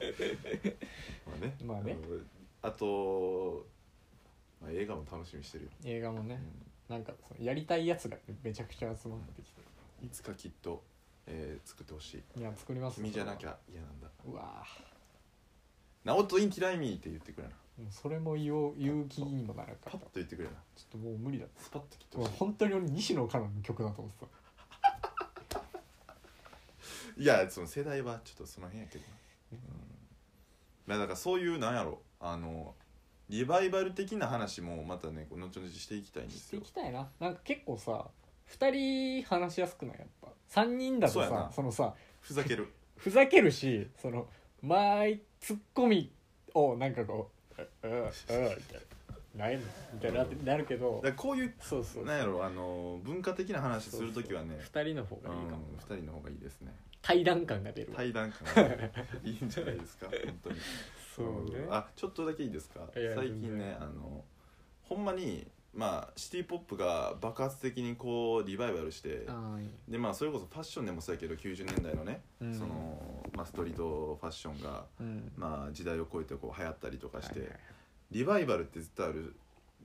Speaker 1: はい まあね
Speaker 2: まあね
Speaker 1: うんあと、まあ、映画も楽しみにしてるよ、
Speaker 2: 映画もね
Speaker 1: う
Speaker 2: なんかそのやりたいやつがめちゃくちゃ集まってきて
Speaker 1: んいつかきっとえー作ってほしい
Speaker 2: いや作ります
Speaker 1: 君じゃなき
Speaker 2: ゃ
Speaker 1: ゃ嫌なんだ
Speaker 2: うわぁ
Speaker 1: 直人インティライミーって言ってくれな
Speaker 2: もうそれも言おう言う気にもならなか
Speaker 1: パ
Speaker 2: っ
Speaker 1: ッ
Speaker 2: た
Speaker 1: と言ってくれな
Speaker 2: ちょっともう無理だ
Speaker 1: スパッと切って
Speaker 2: もう
Speaker 1: ほし
Speaker 2: 本当に俺西野カナの曲だと思ってた
Speaker 1: いいやその世代はちょっとその辺やけどな、うん、まあだからそういうなんやろあのリバイバル的な話もまたねこう後々していきたいんで
Speaker 2: し
Speaker 1: す
Speaker 2: てい
Speaker 1: よ
Speaker 2: きたいななんか結構さ2人話しやすくないやっぱ3人だと
Speaker 1: そうや
Speaker 2: さ
Speaker 1: な
Speaker 2: そのさ
Speaker 1: ふざけ る
Speaker 2: ふざけるしその間合いツッコミをなんかこう「ううう」みたいな「ないの?」みたいになってなるけ
Speaker 1: だ
Speaker 2: ど
Speaker 1: からこういう
Speaker 2: そうそう
Speaker 1: なんやろあの文化的な話するときはね
Speaker 2: 2人の方
Speaker 1: う
Speaker 2: が
Speaker 1: ん
Speaker 2: いいかもな
Speaker 1: 二人の方がいいですね
Speaker 2: 対談感が出るわ
Speaker 1: 対談 感がいいんじゃないですか本当に
Speaker 2: そうね
Speaker 1: あちょっとだけいいですか
Speaker 2: いや
Speaker 1: 最
Speaker 2: 全
Speaker 1: 近ね
Speaker 2: 然
Speaker 1: あのほんまにまあシティ・ポップが爆発的にこうリバイバルして
Speaker 2: あーいい
Speaker 1: でまあそれこそファッションでもそうやけど90年代のね、
Speaker 2: うん
Speaker 1: その、まあ、ストリートファッションが、
Speaker 2: うん
Speaker 1: まあ、時代を超えてこう流行ったりとかして、
Speaker 2: はいはい
Speaker 1: リバイバルって絶対ある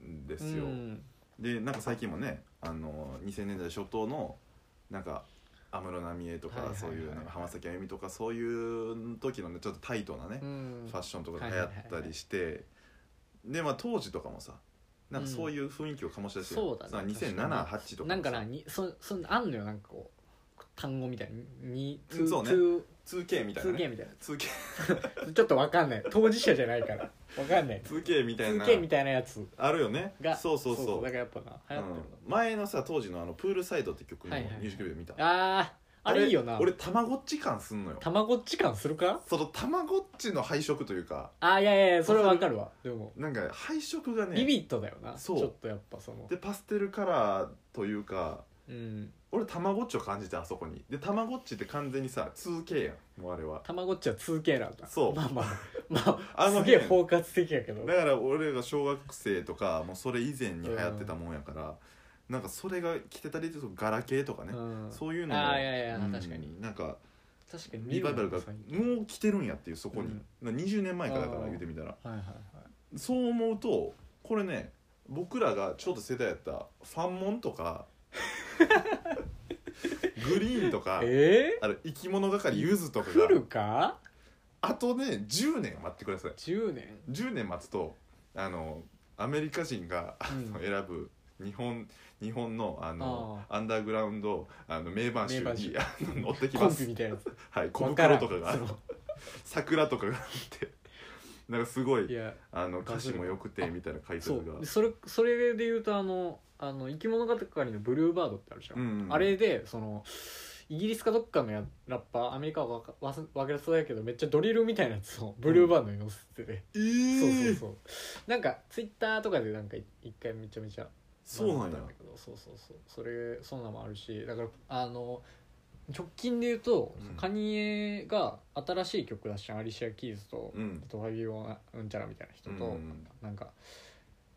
Speaker 1: んですよ、
Speaker 2: うん
Speaker 1: でなんか最近もねあの2000年代初頭のなんか安室奈美恵とか、
Speaker 2: はいはいはい
Speaker 1: そういうなんか浜崎あゆみとかそういう時のねちょっとタイトなね、
Speaker 2: うん
Speaker 1: ファッションとかが流行ったりして、でまあ当時とかもさなんかそういう雰囲気を醸し出してる、
Speaker 2: そうだね
Speaker 1: さ2007、8とかもさ
Speaker 2: なんかなにそそんあんのよなんかこう単語みたいに
Speaker 1: うんそうね 2K
Speaker 2: 2K
Speaker 1: みたいな、ね、
Speaker 2: みたい
Speaker 1: 2K,
Speaker 2: なちょっとわかんない当事者じゃないからわかんない
Speaker 1: 2K みたいな
Speaker 2: 2K みたいなやつ
Speaker 1: あるよね
Speaker 2: が
Speaker 1: そうそうそう
Speaker 2: だからやっぱな流行ってる
Speaker 1: うん前のさ当時のあのプールサイドって曲の
Speaker 2: は
Speaker 1: ミ
Speaker 2: い
Speaker 1: ュ
Speaker 2: はいはい
Speaker 1: ージックビデオ見た、
Speaker 2: のああーあれいいよな
Speaker 1: 俺たまごっち感すんのよ
Speaker 2: たまごっち感するか
Speaker 1: そのたまごっちの配色というか
Speaker 2: あーいやいやいやそれはわかるわでも
Speaker 1: なんか配色がね
Speaker 2: ビビットだよなち
Speaker 1: そ
Speaker 2: ょ
Speaker 1: う
Speaker 2: っとやっぱその
Speaker 1: でパステルカラーというか
Speaker 2: うん
Speaker 1: 俺たまごっちを感じてあそこにでたまごっちって完全にさ 2K やんもうあれは
Speaker 2: たまごっちは 2K なんだ
Speaker 1: そう
Speaker 2: ま あまあまあ
Speaker 1: あの
Speaker 2: すげえ包括的やけど
Speaker 1: だから俺が小学生とかもうそれ以前に流行ってたもんやから、なんかそれが着てたりとかガラケーとかね、
Speaker 2: うん
Speaker 1: そういうのも
Speaker 2: あーいやいや
Speaker 1: うん
Speaker 2: 確かに
Speaker 1: なんか
Speaker 2: 確かに
Speaker 1: リバイバルが
Speaker 2: はい
Speaker 1: もう来てるんやっていうそこに、な20年前からだから
Speaker 2: あー
Speaker 1: 言うてみたら
Speaker 2: はいはい
Speaker 1: そう思うとこれね僕らがちょうど世代やったファンモンと かグリーンとか
Speaker 2: え
Speaker 1: あれ生き物係ゆずとか
Speaker 2: ー、来
Speaker 1: が
Speaker 2: るか
Speaker 1: あとね10年待ってください
Speaker 2: 10年
Speaker 1: 10年待つとあのアメリカ人があの
Speaker 2: うん
Speaker 1: 選ぶ日本日本のあの
Speaker 2: あ
Speaker 1: アンダーグラウンドあの名盤集
Speaker 2: 名盤
Speaker 1: に
Speaker 2: 集
Speaker 1: あの乗ってき
Speaker 2: コ
Speaker 1: ま
Speaker 2: ンビ
Speaker 1: す
Speaker 2: みたいなやつ
Speaker 1: はい小
Speaker 2: わから
Speaker 1: 袋
Speaker 2: ん
Speaker 1: とかが
Speaker 2: その
Speaker 1: 桜とかがあってなんかすご
Speaker 2: い
Speaker 1: い
Speaker 2: や
Speaker 1: あの歌詞もよくてみたいな解
Speaker 2: そ
Speaker 1: 説
Speaker 2: う
Speaker 1: が
Speaker 2: でそれそれで言うとあのあの生き物係のブルーバードってあるじゃん、
Speaker 1: うんうん
Speaker 2: あれでそのイギリスかどっかのやラッパーアメリカはわかわれそうやけどめっちゃドリルみたいなやつをブルーバードに載せてて、
Speaker 1: え
Speaker 2: そう
Speaker 1: ー
Speaker 2: そうそうなんかツイッターとかでなんかい一回めちゃめちゃ
Speaker 1: そうなん
Speaker 2: だ
Speaker 1: や
Speaker 2: けどそうそうそうそれそんなのもあるしだからあの直近で言うと、
Speaker 1: うん
Speaker 2: カニエが新しい曲出したアリシア・キーズと、
Speaker 1: うん
Speaker 2: あとファビオナ・うんちゃらみたいな人と、
Speaker 1: うん
Speaker 2: なんか、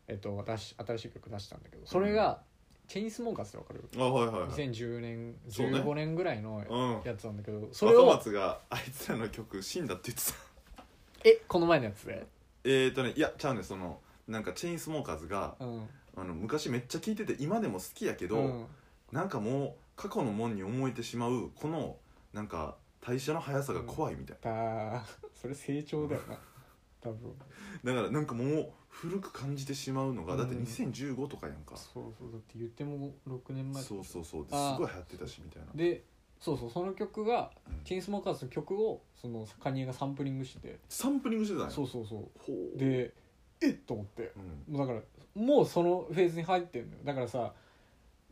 Speaker 2: えっと、私新しい曲出したんだけどそれが、チェインスモーカーズってわかる
Speaker 1: あはいはいはい
Speaker 2: 2010年
Speaker 1: そうね
Speaker 2: 15年ぐらいの
Speaker 1: うん
Speaker 2: やつなんだけどそれ
Speaker 1: 若
Speaker 2: を
Speaker 1: 松があいつらの曲死んだって言ってた
Speaker 2: えこの前のやつで、
Speaker 1: えーとねいやちゃうねそのなんかチェインスモーカーズが
Speaker 2: うん
Speaker 1: あの昔めっちゃ聴いてて今でも好きやけど、
Speaker 2: うん
Speaker 1: なんかもう過去のもんに思えてしまうこのなんか代謝の速さが怖いみたい
Speaker 2: だー それ成長だよ な多分
Speaker 1: な、だからなんかもう古く感じてしまうのが、
Speaker 2: うん
Speaker 1: だって2015とかやんか、
Speaker 2: そうそうだって言っても6年前
Speaker 1: そうそうそうです
Speaker 2: あー
Speaker 1: ごい流行ってたしみたいな
Speaker 2: でそうそうその曲が、
Speaker 1: うん
Speaker 2: チェーンスモーカーズの曲をそのカニエがサンプリングしてて
Speaker 1: サンプリングしてたんや
Speaker 2: そうそうそう
Speaker 1: ほう
Speaker 2: でえっと思って
Speaker 1: うん
Speaker 2: もうだからもうそのフェーズに入ってんのよだからさ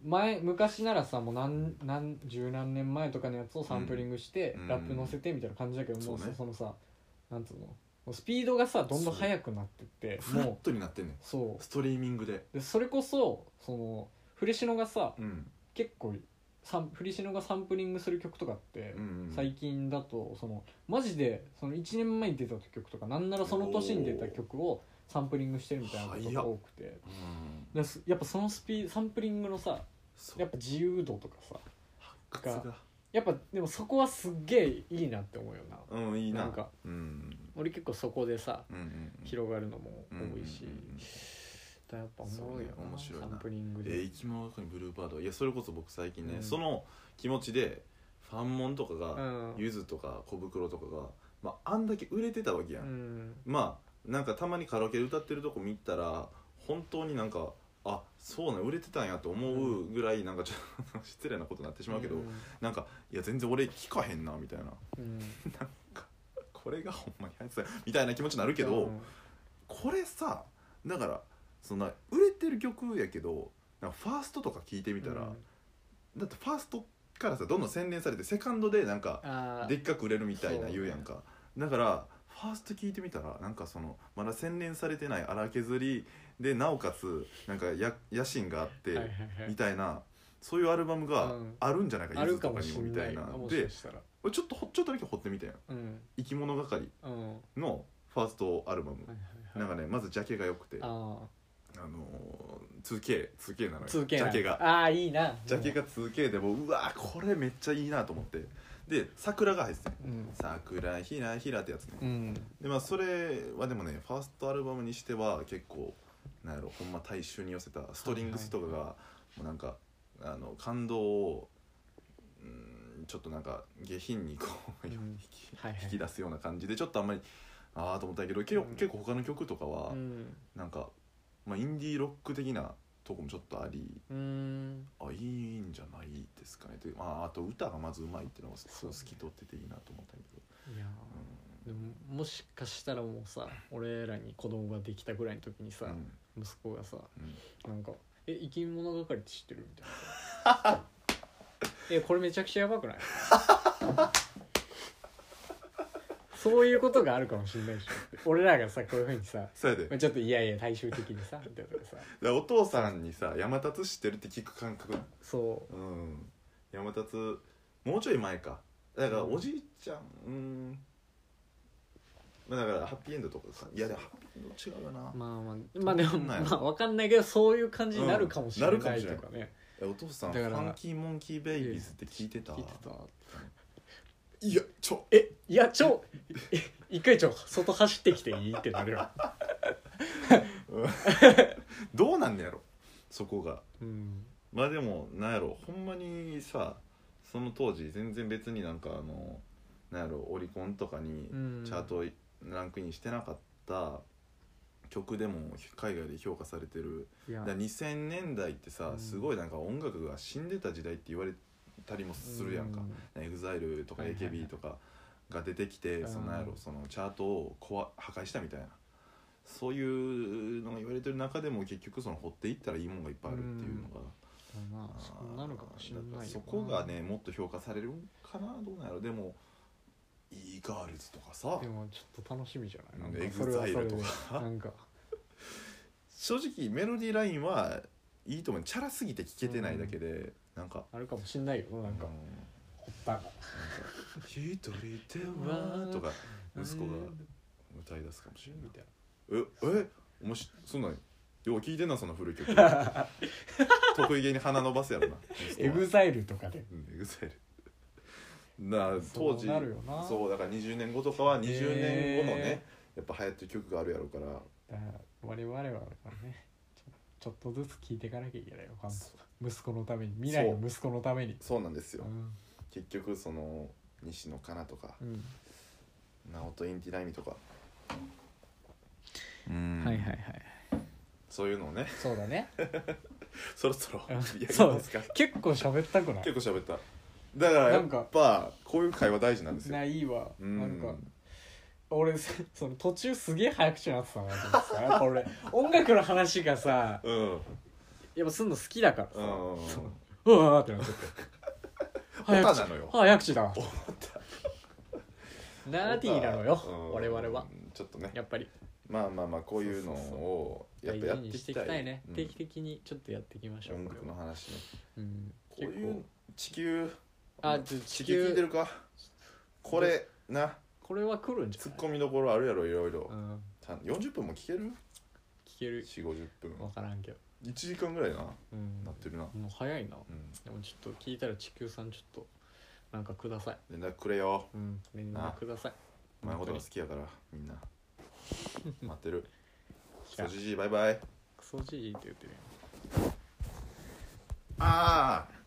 Speaker 2: 前昔ならさもう何何十何年前とかのやつをサンプリングして、
Speaker 1: うん
Speaker 2: ラップ乗せてみたいな感じだけど、も
Speaker 1: そ
Speaker 2: うさ
Speaker 1: うね
Speaker 2: そのさなんつうのもうスピードがさどんどん速くなってって
Speaker 1: フラッ
Speaker 2: もう
Speaker 1: トになってんねん
Speaker 2: そ
Speaker 1: ストリーミングで
Speaker 2: うでそれこそそのフレシノがさ
Speaker 1: うん
Speaker 2: 結構サンフレシノがサンプリングする曲とかって、
Speaker 1: うんうん
Speaker 2: 最近だとそのマジでその1年前に出た曲とかなんならその年に出た曲をサンプリングしてるみたいなことが多くて
Speaker 1: うん
Speaker 2: だすやっぱそのスピサンプリングのさ
Speaker 1: そう
Speaker 2: やっぱ自由度とかさ
Speaker 1: 発掘が
Speaker 2: やっぱでもそこはすっげえいいなって思うよな
Speaker 1: うんいいな
Speaker 2: なんか
Speaker 1: うん
Speaker 2: 俺結構そこでさ
Speaker 1: うんうんうん
Speaker 2: 広がるのも多いし、
Speaker 1: うんうんうんうん
Speaker 2: だからやっぱおもろいよ
Speaker 1: そうね面白いな
Speaker 2: サンプリング
Speaker 1: え
Speaker 2: で、
Speaker 1: ー、生き物係にブルーバードいやそれこそ僕最近ね、
Speaker 2: うん
Speaker 1: その気持ちでファンモンとか
Speaker 2: う
Speaker 1: が
Speaker 2: ん
Speaker 1: ゆず、とか小袋とかが、まあ、あんだけ売れてたわけや、
Speaker 2: うんん
Speaker 1: まあなんかたまにカラオケ歌ってるとこ見たら本当になんかあそうなん売れてたんやと思うぐらいなんかちょっと 失礼なことになってしまうけど、なんかいや全然俺聞かへんなみたいな
Speaker 2: うん
Speaker 1: これがほんまにあいつだみたいな気持ちになるけど、これさだからその売れてる曲やけどなんかファーストとか聞いてみたら、だってファーストからさどんどん洗練されてセカンドでなんか
Speaker 2: あ
Speaker 1: でっかく売れるみたい
Speaker 2: そう
Speaker 1: な
Speaker 2: ね
Speaker 1: 言うやんか、だからファースト聞いてみたらなんかそのまだ洗練されてない荒削りでなおかつなんかや野心があって、
Speaker 2: はいはいはい
Speaker 1: みたいなそういうアルバムが
Speaker 2: うん
Speaker 1: あるんじゃないか、
Speaker 2: あ
Speaker 1: ゆ
Speaker 2: る
Speaker 1: ず
Speaker 2: か
Speaker 1: と
Speaker 2: も
Speaker 1: か
Speaker 2: し
Speaker 1: にも
Speaker 2: ん
Speaker 1: み
Speaker 2: な
Speaker 1: たい
Speaker 2: い
Speaker 1: な
Speaker 2: もし
Speaker 1: で
Speaker 2: かしたら
Speaker 1: 俺ちょっとほちょっとだけ掘ってみたやん
Speaker 2: うん
Speaker 1: 生き物係
Speaker 2: うんは
Speaker 1: のファーストアルバム、
Speaker 2: いはいはい
Speaker 1: なんかねまずジャケが良くてあ
Speaker 2: あ
Speaker 1: のー、2K2K なの
Speaker 2: あ
Speaker 1: よ
Speaker 2: 通
Speaker 1: ジ
Speaker 2: 形
Speaker 1: ャケが
Speaker 2: ああいいな
Speaker 1: ジャケが 2K でもううわーこれめっちゃいいなと思ってで桜が入ってたよ
Speaker 2: うん
Speaker 1: 桜ひらひらってやつね、
Speaker 2: うん
Speaker 1: でまあそれはでもねファーストアルバムにしては結構なんやろほんま大衆に寄せたストリングスとかが、もうなんかあの感動をうんちょっとなんか下品にこう、
Speaker 2: うん
Speaker 1: 引き
Speaker 2: はいはい
Speaker 1: 引き出すような感じでちょっとあんまりああと思ったけどけど
Speaker 2: うん
Speaker 1: 結構他の曲とかは、
Speaker 2: うん
Speaker 1: なんか、まあ、インディーロック的なとこもちょっとあり
Speaker 2: うん
Speaker 1: あいいんじゃないですかねという、まあ、あと歌がまずうまいっていうのがすごい透き通ってていいなと思ったけど、
Speaker 2: いやーでももしかしたらもうさ俺らに子供ができたぐらいの時にさ、
Speaker 1: うん
Speaker 2: 息子がさ
Speaker 1: うん
Speaker 2: なんか「え生き物係って知ってる?」みたいな さ「えこれめちゃくちゃやばくない?」 そういうことがあるかもしれないでしょ俺らがさこういうふうにさ
Speaker 1: そうやで
Speaker 2: ちょっといやいや大衆的にさみたいなさ
Speaker 1: だからお父さんにさ山立知ってるって聞く感覚
Speaker 2: そ
Speaker 1: うん山立もうちょい前かだから
Speaker 2: うん
Speaker 1: おじいちゃんうんまあだからハッピーエンドとかさいやでもハッピーエンド違うよな
Speaker 2: う、まあまあまあで
Speaker 1: わか
Speaker 2: も
Speaker 1: んない
Speaker 2: まあわかんないけどそういう感じになるかもしれ
Speaker 1: うんなるか
Speaker 2: な
Speaker 1: も
Speaker 2: い
Speaker 1: しれな
Speaker 2: と
Speaker 1: い
Speaker 2: かね、
Speaker 1: えお父さんフ
Speaker 2: だから
Speaker 1: ァンキーモンキーベイビーズって聞いてた
Speaker 2: 聞いてた
Speaker 1: いやちょ
Speaker 2: えいやちょえ一回ちょ外走ってきていいってなるよ、
Speaker 1: うんどうなんねやろそこが
Speaker 2: うん、
Speaker 1: まあでもなんやろほんまにさその当時全然別になんかあのなんやろオリコンとかに
Speaker 2: うん
Speaker 1: チャートランクインしてなかった曲でも海外で評価されてる
Speaker 2: いや
Speaker 1: だから2000年代ってさ
Speaker 2: うん
Speaker 1: すごいなんか音楽が死んでた時代って言われたりもするやんか
Speaker 2: う
Speaker 1: EXILE とか
Speaker 2: はいはいはい
Speaker 1: AKB とかが出てきて
Speaker 2: うん
Speaker 1: そのなんやろそのチャートを壊破壊したみたいなそういうのが言われてる中でも結局その掘っていったらいいもんがいっぱいあるっていうのが。
Speaker 2: ま
Speaker 1: あ
Speaker 2: あ
Speaker 1: ー
Speaker 2: そうなるかもしれないよ
Speaker 1: だ
Speaker 2: な
Speaker 1: らそこがねもっと評価されるんかなどうなんやろでも e ガールズとかさ
Speaker 2: でもちょっと楽しみじゃないなん
Speaker 1: エグ
Speaker 2: かそれは
Speaker 1: ザイ
Speaker 2: それ
Speaker 1: ル
Speaker 2: で
Speaker 1: と
Speaker 2: な
Speaker 1: か
Speaker 2: んか
Speaker 1: 正直メロディーラインはいいと思うチャラすぎて聴けてないだけで、なんか
Speaker 2: あるかもしれないよなんか
Speaker 1: うん
Speaker 2: ほったが
Speaker 1: 「一人では」とか息子が歌い出すかもしれない
Speaker 2: みたい
Speaker 1: ええおもしそんなんよう聞いてんなそんな古い 曲得意げに鼻伸ばすやろな息子
Speaker 2: エ
Speaker 1: は
Speaker 2: グザイルとかで
Speaker 1: うん、エグザイルなあ当時
Speaker 2: そうなるよな
Speaker 1: そうだから20年後とかは20年後のね
Speaker 2: へ、
Speaker 1: やっぱ流行ってる曲があるやろうから
Speaker 2: だから我々はだからねちょちょっとずつ聞いていかなきゃいけないよ本
Speaker 1: そ
Speaker 2: 当息子のために未来の息子のために
Speaker 1: そうなんです
Speaker 2: う
Speaker 1: よ、
Speaker 2: ん
Speaker 1: 結局その西野カナとか
Speaker 2: うん
Speaker 1: 直人インティライミとかうん
Speaker 2: はいはいはい
Speaker 1: そういうのをね
Speaker 2: そうだね
Speaker 1: そろそろ
Speaker 2: うん
Speaker 1: やり
Speaker 2: そう
Speaker 1: ますか
Speaker 2: 結構喋ったくない
Speaker 1: 結構喋っただからや
Speaker 2: なんか
Speaker 1: っぱこういう会話大事なんですよ
Speaker 2: ないわ
Speaker 1: うん
Speaker 2: なんか俺せそ の途中すげえ早口になってたなと思ってさやっぱ俺音楽の話がさ
Speaker 1: うん
Speaker 2: やっぱすんの好きだから
Speaker 1: う
Speaker 2: さ
Speaker 1: ん
Speaker 2: うわーってなっちゃって
Speaker 1: オタ
Speaker 2: 早口
Speaker 1: なのよ
Speaker 2: 早口だナーティーなのよ
Speaker 1: うん
Speaker 2: 我々は
Speaker 1: ちょっとね
Speaker 2: やっぱり
Speaker 1: まあまあまあこういうの
Speaker 2: そうそうそう
Speaker 1: をやっぱやっていきたい
Speaker 2: ね
Speaker 1: うん
Speaker 2: 定期的にちょっとやっていきましょう
Speaker 1: 音
Speaker 2: これ
Speaker 1: 楽の
Speaker 2: は
Speaker 1: 話ね
Speaker 2: うん
Speaker 1: こう
Speaker 2: 結
Speaker 1: いう
Speaker 2: 構
Speaker 1: 地球
Speaker 2: あ
Speaker 1: うん
Speaker 2: ちょ
Speaker 1: 地
Speaker 2: 地
Speaker 1: 球聞いて
Speaker 2: 球
Speaker 1: るかこれな
Speaker 2: これは来るんじゃ
Speaker 1: ツ
Speaker 2: な
Speaker 1: ッ
Speaker 2: い
Speaker 1: コミどころあるやろいろいろ
Speaker 2: うん
Speaker 1: た40分も聞ける
Speaker 2: 聞ける
Speaker 1: 4 5 0分
Speaker 2: 分からんけど
Speaker 1: 1時間ぐらいな
Speaker 2: うん
Speaker 1: なってるな
Speaker 2: もう早いな
Speaker 1: うん
Speaker 2: でもちょっと聞いたら地球さんちょっとなんかください
Speaker 1: 連絡くれよ
Speaker 2: うん連絡ください
Speaker 1: お前のことが好きやからみんな待ってる
Speaker 2: い
Speaker 1: そ
Speaker 2: や
Speaker 1: じじいバイバイ
Speaker 2: クソじいって言ってるよ
Speaker 1: ああ